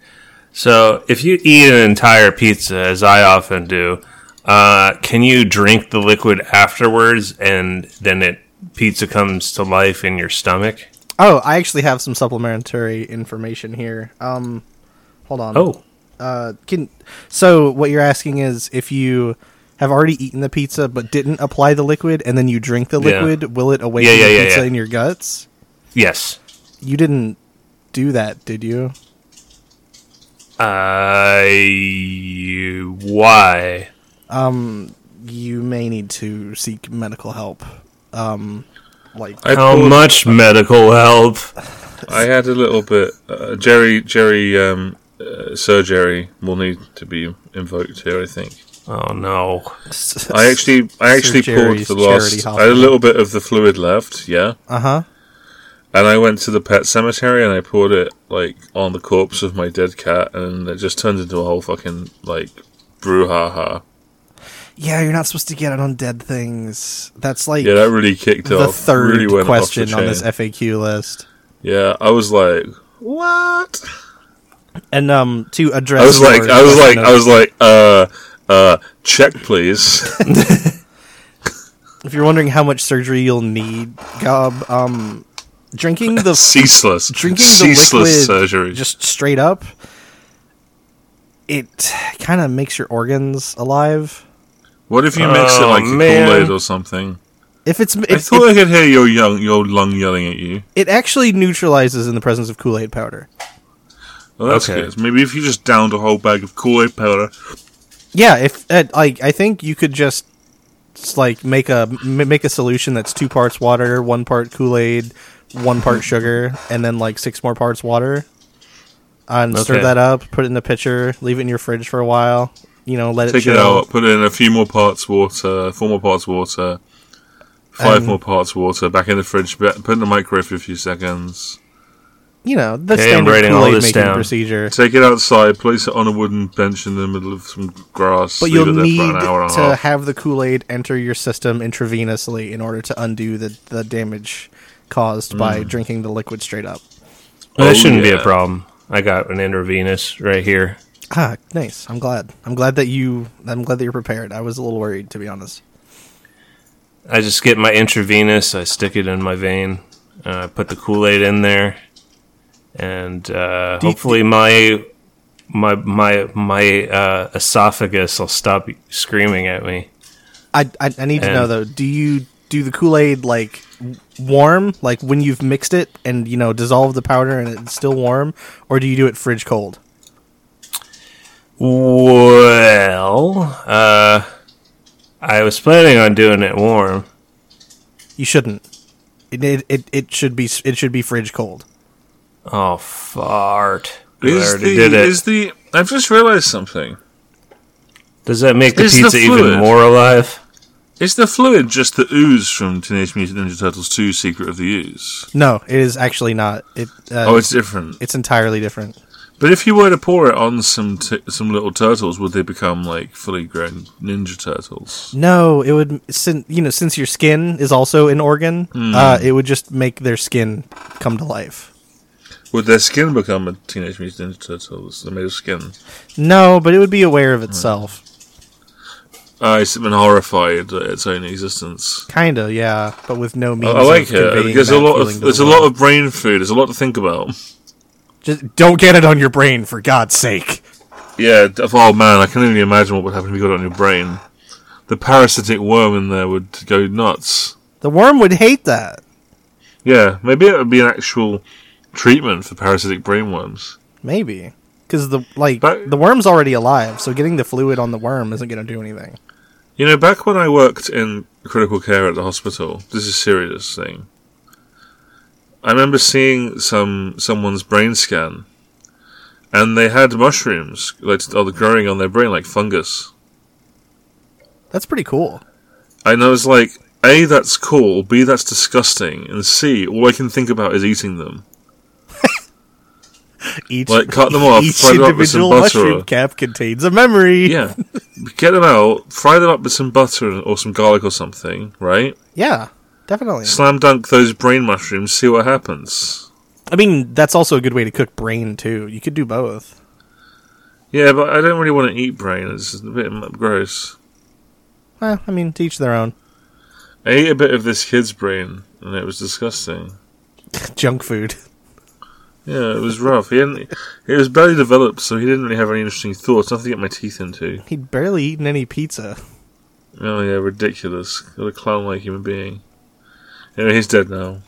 S3: So, if you eat an entire pizza, as I often do, uh, can you drink the liquid afterwards, and then it pizza comes to life in your stomach?
S2: Oh, I actually have some supplementary information here. Um, hold on.
S3: Oh,
S2: uh, can so what you're asking is if you have already eaten the pizza but didn't apply the liquid and then you drink the
S3: Yeah.
S2: liquid, will it awaken
S3: Yeah, yeah,
S2: the
S3: yeah,
S2: pizza
S3: yeah.
S2: in your guts?
S3: yes.
S2: You didn't do that, did you?
S3: I Uh, why?
S2: You may need to seek medical help. Um, like
S1: I
S3: How
S1: poured-
S3: much medical help?
S1: I had a little bit. Uh, Jerry, Jerry, um, uh, Sir Jerry will need to be invoked here. I think.
S3: Oh no!
S1: I actually, I actually poured
S2: Jerry's
S1: the
S2: charity
S1: last. I had a
S2: hospital.
S1: little bit of the fluid left. Yeah,
S2: uh huh.
S1: and I went to the pet cemetery and I poured it like on the corpse of my dead cat, and it just turned into a whole fucking like brouhaha.
S2: Yeah, you're not supposed to get it on dead things. That's like
S1: Yeah, that really kicked
S2: the
S1: off.
S2: third
S1: Really went off the
S2: question on
S1: chain.
S2: this FAQ list.
S1: Yeah, I was like, what?
S2: And um, to address,
S1: I was like,
S2: your-
S1: I was like, I was like, uh, uh, check please.
S2: if you're wondering how much surgery you'll need, Gob, um, drinking the
S1: ceaseless,
S2: drinking the liquid
S1: ceaseless surgery.
S2: just straight up, it kind of makes your organs alive.
S1: what if you mix it
S3: Oh,
S1: like a
S3: man.
S1: Kool Aid or something?
S2: If it's
S1: I
S2: if,
S1: thought
S2: it,
S1: I could hear your young, your lung yelling at you.
S2: it actually neutralizes in the presence of Kool Aid powder.
S1: Well, that's
S3: Okay.
S1: good. Maybe if you just downed a whole bag of Kool Aid powder.
S2: Yeah, if uh, like I think you could just s- like make a m- make a solution that's two parts water, one part Kool Aid, one part sugar, and then like six more parts water, and stir
S3: Okay.
S2: that up. Put it in a pitcher, leave it in your fridge for a while. You know, let
S1: Take
S2: it
S1: it
S2: chill.
S1: out, put in a few more parts water, four more parts water, five
S2: Um,
S1: more parts water, back in the fridge, ba- put in the microwave for a few seconds.
S2: You know, the
S3: Hey, I'm
S2: standard
S3: writing all
S2: Kool Aid
S3: this
S2: making
S3: down.
S2: procedure.
S1: Take it outside, place it on a wooden bench in the middle of some grass.
S2: But
S1: leave
S2: you'll
S1: it there for
S2: need
S1: an hour and a
S2: to
S1: half.
S2: have the Kool Aid enter your system intravenously in order to undo the, the damage caused
S3: Mm.
S2: by drinking the liquid straight up.
S3: That
S1: Oh,
S3: shouldn't be
S1: yeah.
S3: a problem. I got an intravenous right here.
S2: Ah, nice. I'm glad. I'm glad that you. I'm glad that you're prepared. I was a little worried, to be honest.
S3: I just get my intravenous, I stick it in my vein, uh, put the Kool Aid in there, and uh, hopefully my my my my uh, esophagus will stop screaming at me.
S2: I I, I need to
S3: And-
S2: know though. Do you do the Kool Aid like w- warm, like when you've mixed it and you know dissolve the powder and it's still warm, or do you do it fridge cold?
S3: Well, uh, I was planning on doing it warm.
S2: You shouldn't. It it it, it should be s- it should be fridge cold.
S3: Oh fart! I
S1: Is
S3: already
S1: the,
S3: did it.
S1: is the I've just realised something.
S3: Does that make the
S1: is the
S3: pizza even
S1: fluid?
S3: more alive?
S1: Is the fluid just the ooze from Teenage Mutant Ninja Turtles 2 Secret of the Ooze?
S2: No, it is actually not. It uh,
S1: Oh,
S2: it's,
S1: it's different.
S2: entirely different.
S1: But if you were to pour it on some t- some little turtles, would they become like fully grown ninja turtles?
S2: No, it would since you know since your skin is also an organ,
S1: Hmm.
S2: uh, it would just make their skin come to life.
S1: Would their skin become a Teenage Mutant Ninja Turtles? They're made of skin.
S2: No, but it would be aware of itself.
S1: I've Ah, been horrified at its own existence.
S2: Kinda, yeah, but with no means.
S1: Oh, I I like uh,
S2: of
S1: it
S2: conveying
S1: because a
S2: that
S1: lot
S2: feeling
S1: of
S2: to the
S1: there's a
S2: world.
S1: lot of brain food. There's a lot to think about.
S2: Just don't get it on your brain, for God's sake.
S1: Yeah. d- Oh man, I can only imagine what would happen if you got it on your brain. The parasitic worm in there would go nuts.
S2: The worm would hate that.
S1: Yeah, maybe it would be an actual treatment for parasitic brainworms.
S2: Maybe because the like
S1: But-
S2: the worm's already alive, so getting the fluid on the worm isn't going to do anything.
S1: You know, back when I worked in critical care at the hospital, this is a serious thing. I remember seeing some someone's brain scan, and they had mushrooms like oh, growing on their brain like fungus.
S2: That's pretty cool.
S1: And I was like, A, that's cool. B, that's disgusting. And C, all I can think about is eating them.
S2: Each
S1: Like, cut them off,
S2: each
S1: fry them up with some
S2: individual mushroom
S1: butter.
S2: cap contains a memory.
S1: Yeah. Get them out, fry them up with some butter or some garlic or something, right?
S2: Yeah, definitely.
S1: Slam dunk those brain mushrooms, see what happens.
S2: I mean, that's also a good way to cook brain too. You could do both.
S1: Yeah, but I don't really want to eat brain. It's just a bit m- gross.
S2: Well, Eh, I mean, to each their own.
S1: I ate a bit of this kid's brain, and it was disgusting.
S2: Junk food.
S1: Yeah, it was rough. He didn't, it was barely developed, so he didn't really have any interesting thoughts. Nothing to get my teeth into.
S2: He'd barely eaten any pizza.
S1: Oh yeah, ridiculous. What a clown-like human being. Anyway, he's dead now.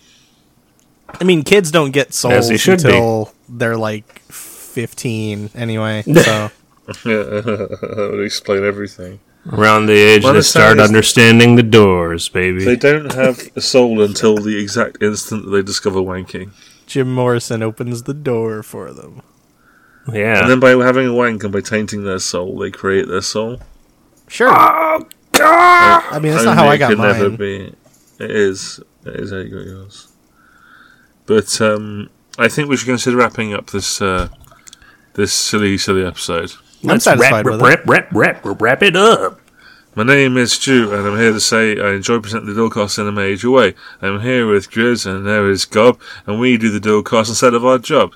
S2: I mean, kids don't get souls
S3: As they should be.
S2: until they're like fifteen, anyway. So
S1: that would explain everything.
S3: Around the age
S1: Well,
S3: they
S1: the
S3: start
S1: sound is-
S3: understanding the doors, baby.
S1: They don't have a soul until the exact instant that they discover wanking.
S2: Jim Morrison opens the door for them.
S3: yeah.
S1: And then by having a wank and by tainting their soul, they create their soul.
S2: Sure. I mean, that's not
S1: Only
S2: how I
S1: it
S2: got
S1: could never
S2: mine.
S1: be. It is. It is how you got yours. But um, I think we should consider wrapping up this uh, this silly, silly episode.
S2: I'm satisfied
S3: wrap,
S2: with it.
S3: wrap, wrap, wrap, wrap, wrap it up.
S1: My name is Stu, and I'm here to say I enjoy presenting the Dillcast in a major way. I'm here with Grizz, and there is Gob, and we do the Dillcast instead of our job.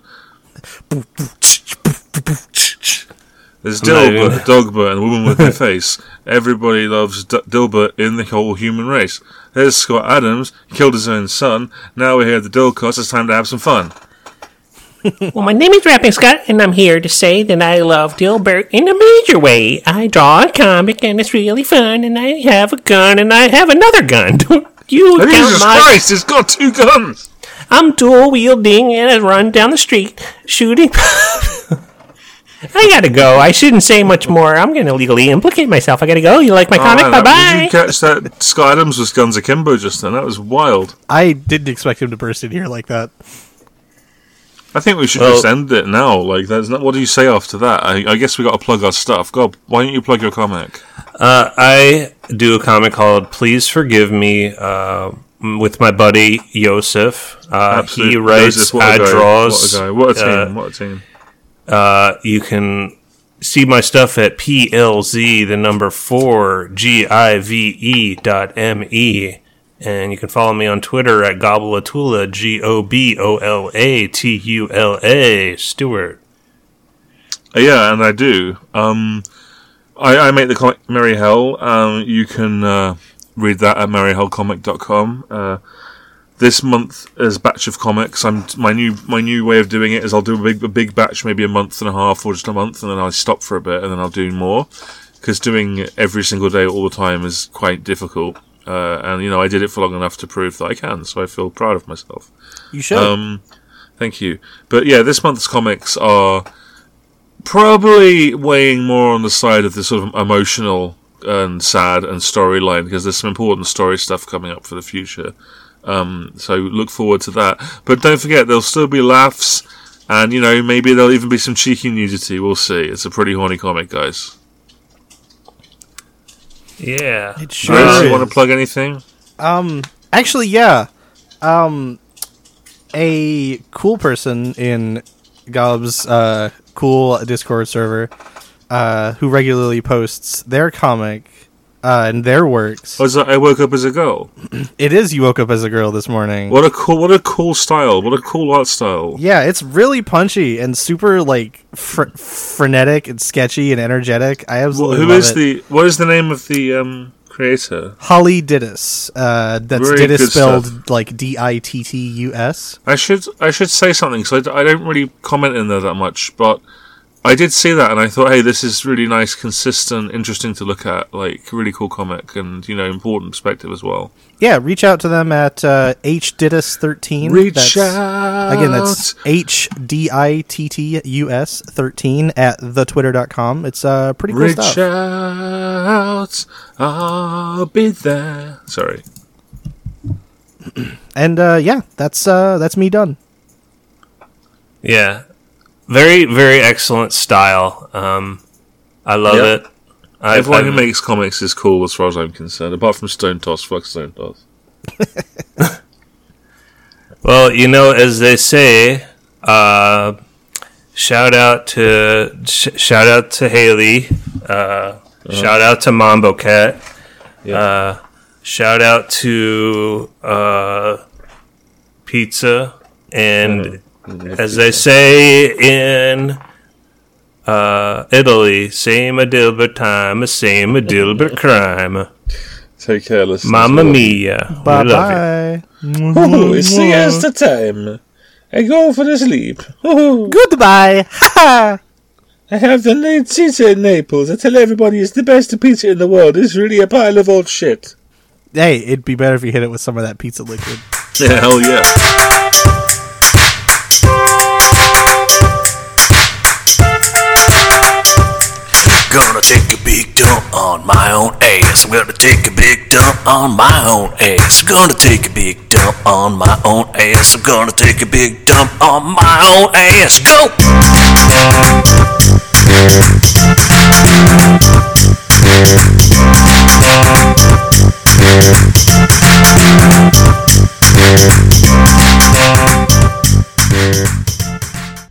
S1: There's
S3: I'm not even-
S1: Dilbert, Dogbert, and the woman with no face. Everybody loves D- Dilbert in the whole human race. There's Scott Adams, killed his own son. Now we're here at the Dillcast, it's time to have some fun.
S4: Well, my name is Rapping Scott, and I'm here to say that I love Dilbert in a major way. I draw a comic, and it's really fun, and I have a gun, and I have another gun. Don't you count
S1: Jesus
S4: my
S1: Christ, it's got two guns!
S4: I'm dual wielding and I run down the street shooting. I gotta go. I shouldn't say much more. I'm gonna legally implicate myself. I gotta go. You like my comic?
S1: man,
S4: bye
S1: that- Did
S4: bye.
S1: Oh, you catch that? Scott Adams was guns akimbo just then. That was wild.
S2: I didn't expect him to burst in here like that.
S1: I think we should
S3: Well-
S1: just end it now. Like, there's not. What do you say after that? I, I guess we got to plug our stuff. Gob, why don't you plug your comic?
S3: Uh, I do a comic called "Please Forgive Me" uh, with my buddy Yosef. Uh, he
S1: Absolute
S3: writes,
S1: Joseph,
S3: I
S1: guy,
S3: draws.
S1: What a guy! What a team!
S3: uh,
S1: what a team!
S3: you can see my stuff at plz the number four g i v e dot m e, and you can follow me on Twitter at Gobblatula G O B O L A T U L A Stewart.
S1: Uh, yeah, and I do. Um, I, I make the comic Merry Hell. Um, you can uh, read that at merryhellcomic.com. Uh, this month is batch of comics. I'm my new my new way of doing it is I'll do a big a big batch, maybe a month and a half or just a month, and then I stop for a bit, and then I'll do more because doing it every single day all the time is quite difficult. Uh, and you know, I did it for long enough to prove that I can, so I feel proud of myself.
S2: You should.
S1: Um, thank you. But yeah, this month's comics are probably weighing more on the side of the sort of emotional and sad and storyline because there's some important story stuff coming up for the future. Um, so look forward to that. But don't forget, there'll still be laughs. And you know, maybe there'll even be some cheeky nudity. We'll see. It's a pretty horny comic, guys.
S3: Yeah.
S2: It
S1: Do
S2: sure
S1: you
S2: is.
S1: want to plug anything?
S2: Actually, yeah. Um, a cool person in Gob's uh, cool Discord server uh, who regularly posts their comic uh, and their works.
S1: Oh, is that I woke up as a girl.
S2: It is You Woke Up as a Girl this morning.
S1: What a cool, what a cool style. What a cool art style.
S2: Yeah, it's really punchy and super like fr- frenetic and sketchy and energetic. I
S1: Wh-
S2: absolutely
S1: Who
S2: love
S1: is
S2: it.
S1: the? What is the name of the um, creator?
S2: Holly Didis? Uh, that's
S1: Very
S2: Didis
S1: good
S2: spelled
S1: stuff.
S2: like D I T T U S.
S1: I should I should say something because I, d- I don't really comment in there that much, but I did see that and I thought, hey, this is really nice, consistent, interesting to look at, like really cool comic and you know important perspective as well.
S2: Yeah, reach out to them at uh, hdidis thirteen.
S1: Reach
S2: that's,
S1: out
S2: Again, that's H D I T T U S thirteen at the twitter.com. It's uh pretty cool
S1: reach
S2: stuff.
S1: out. I'll be there. Sorry.
S2: And uh, yeah, that's uh that's me done.
S3: Yeah. Very, very excellent style. Um, I love
S1: Yep.
S3: it. I,
S1: Everyone who
S3: I'm-
S1: makes comics is cool as far as I'm concerned, apart from Stone Toss. Fuck Stone Toss.
S3: Well, you know, as they say, uh, shout out to sh- shout out to Haley, uh, shout out to Mambo Cat, uh, shout out to uh, Pizza, and as they say in uh, Italy, same a dilbert time, same a dilbert crime.
S1: Take care, listeners.
S3: Mamma mia,
S2: Bye
S3: we love you.
S2: bye.
S1: Oh, it's the the time. I go for the sleep. Oh,
S2: Goodbye.
S1: I have the late pizza in Naples. I tell everybody it's the best pizza in the world. It's really a pile of old shit.
S2: hey, it'd be better if you hit it with some of that pizza liquid.
S1: Yeah, hell yeah.
S7: Gonna take a big dump on my own ass. I'm gonna take a big dump on my own ass. Gonna take a big dump on my own ass. I'm gonna take a big dump on my own ass. Go!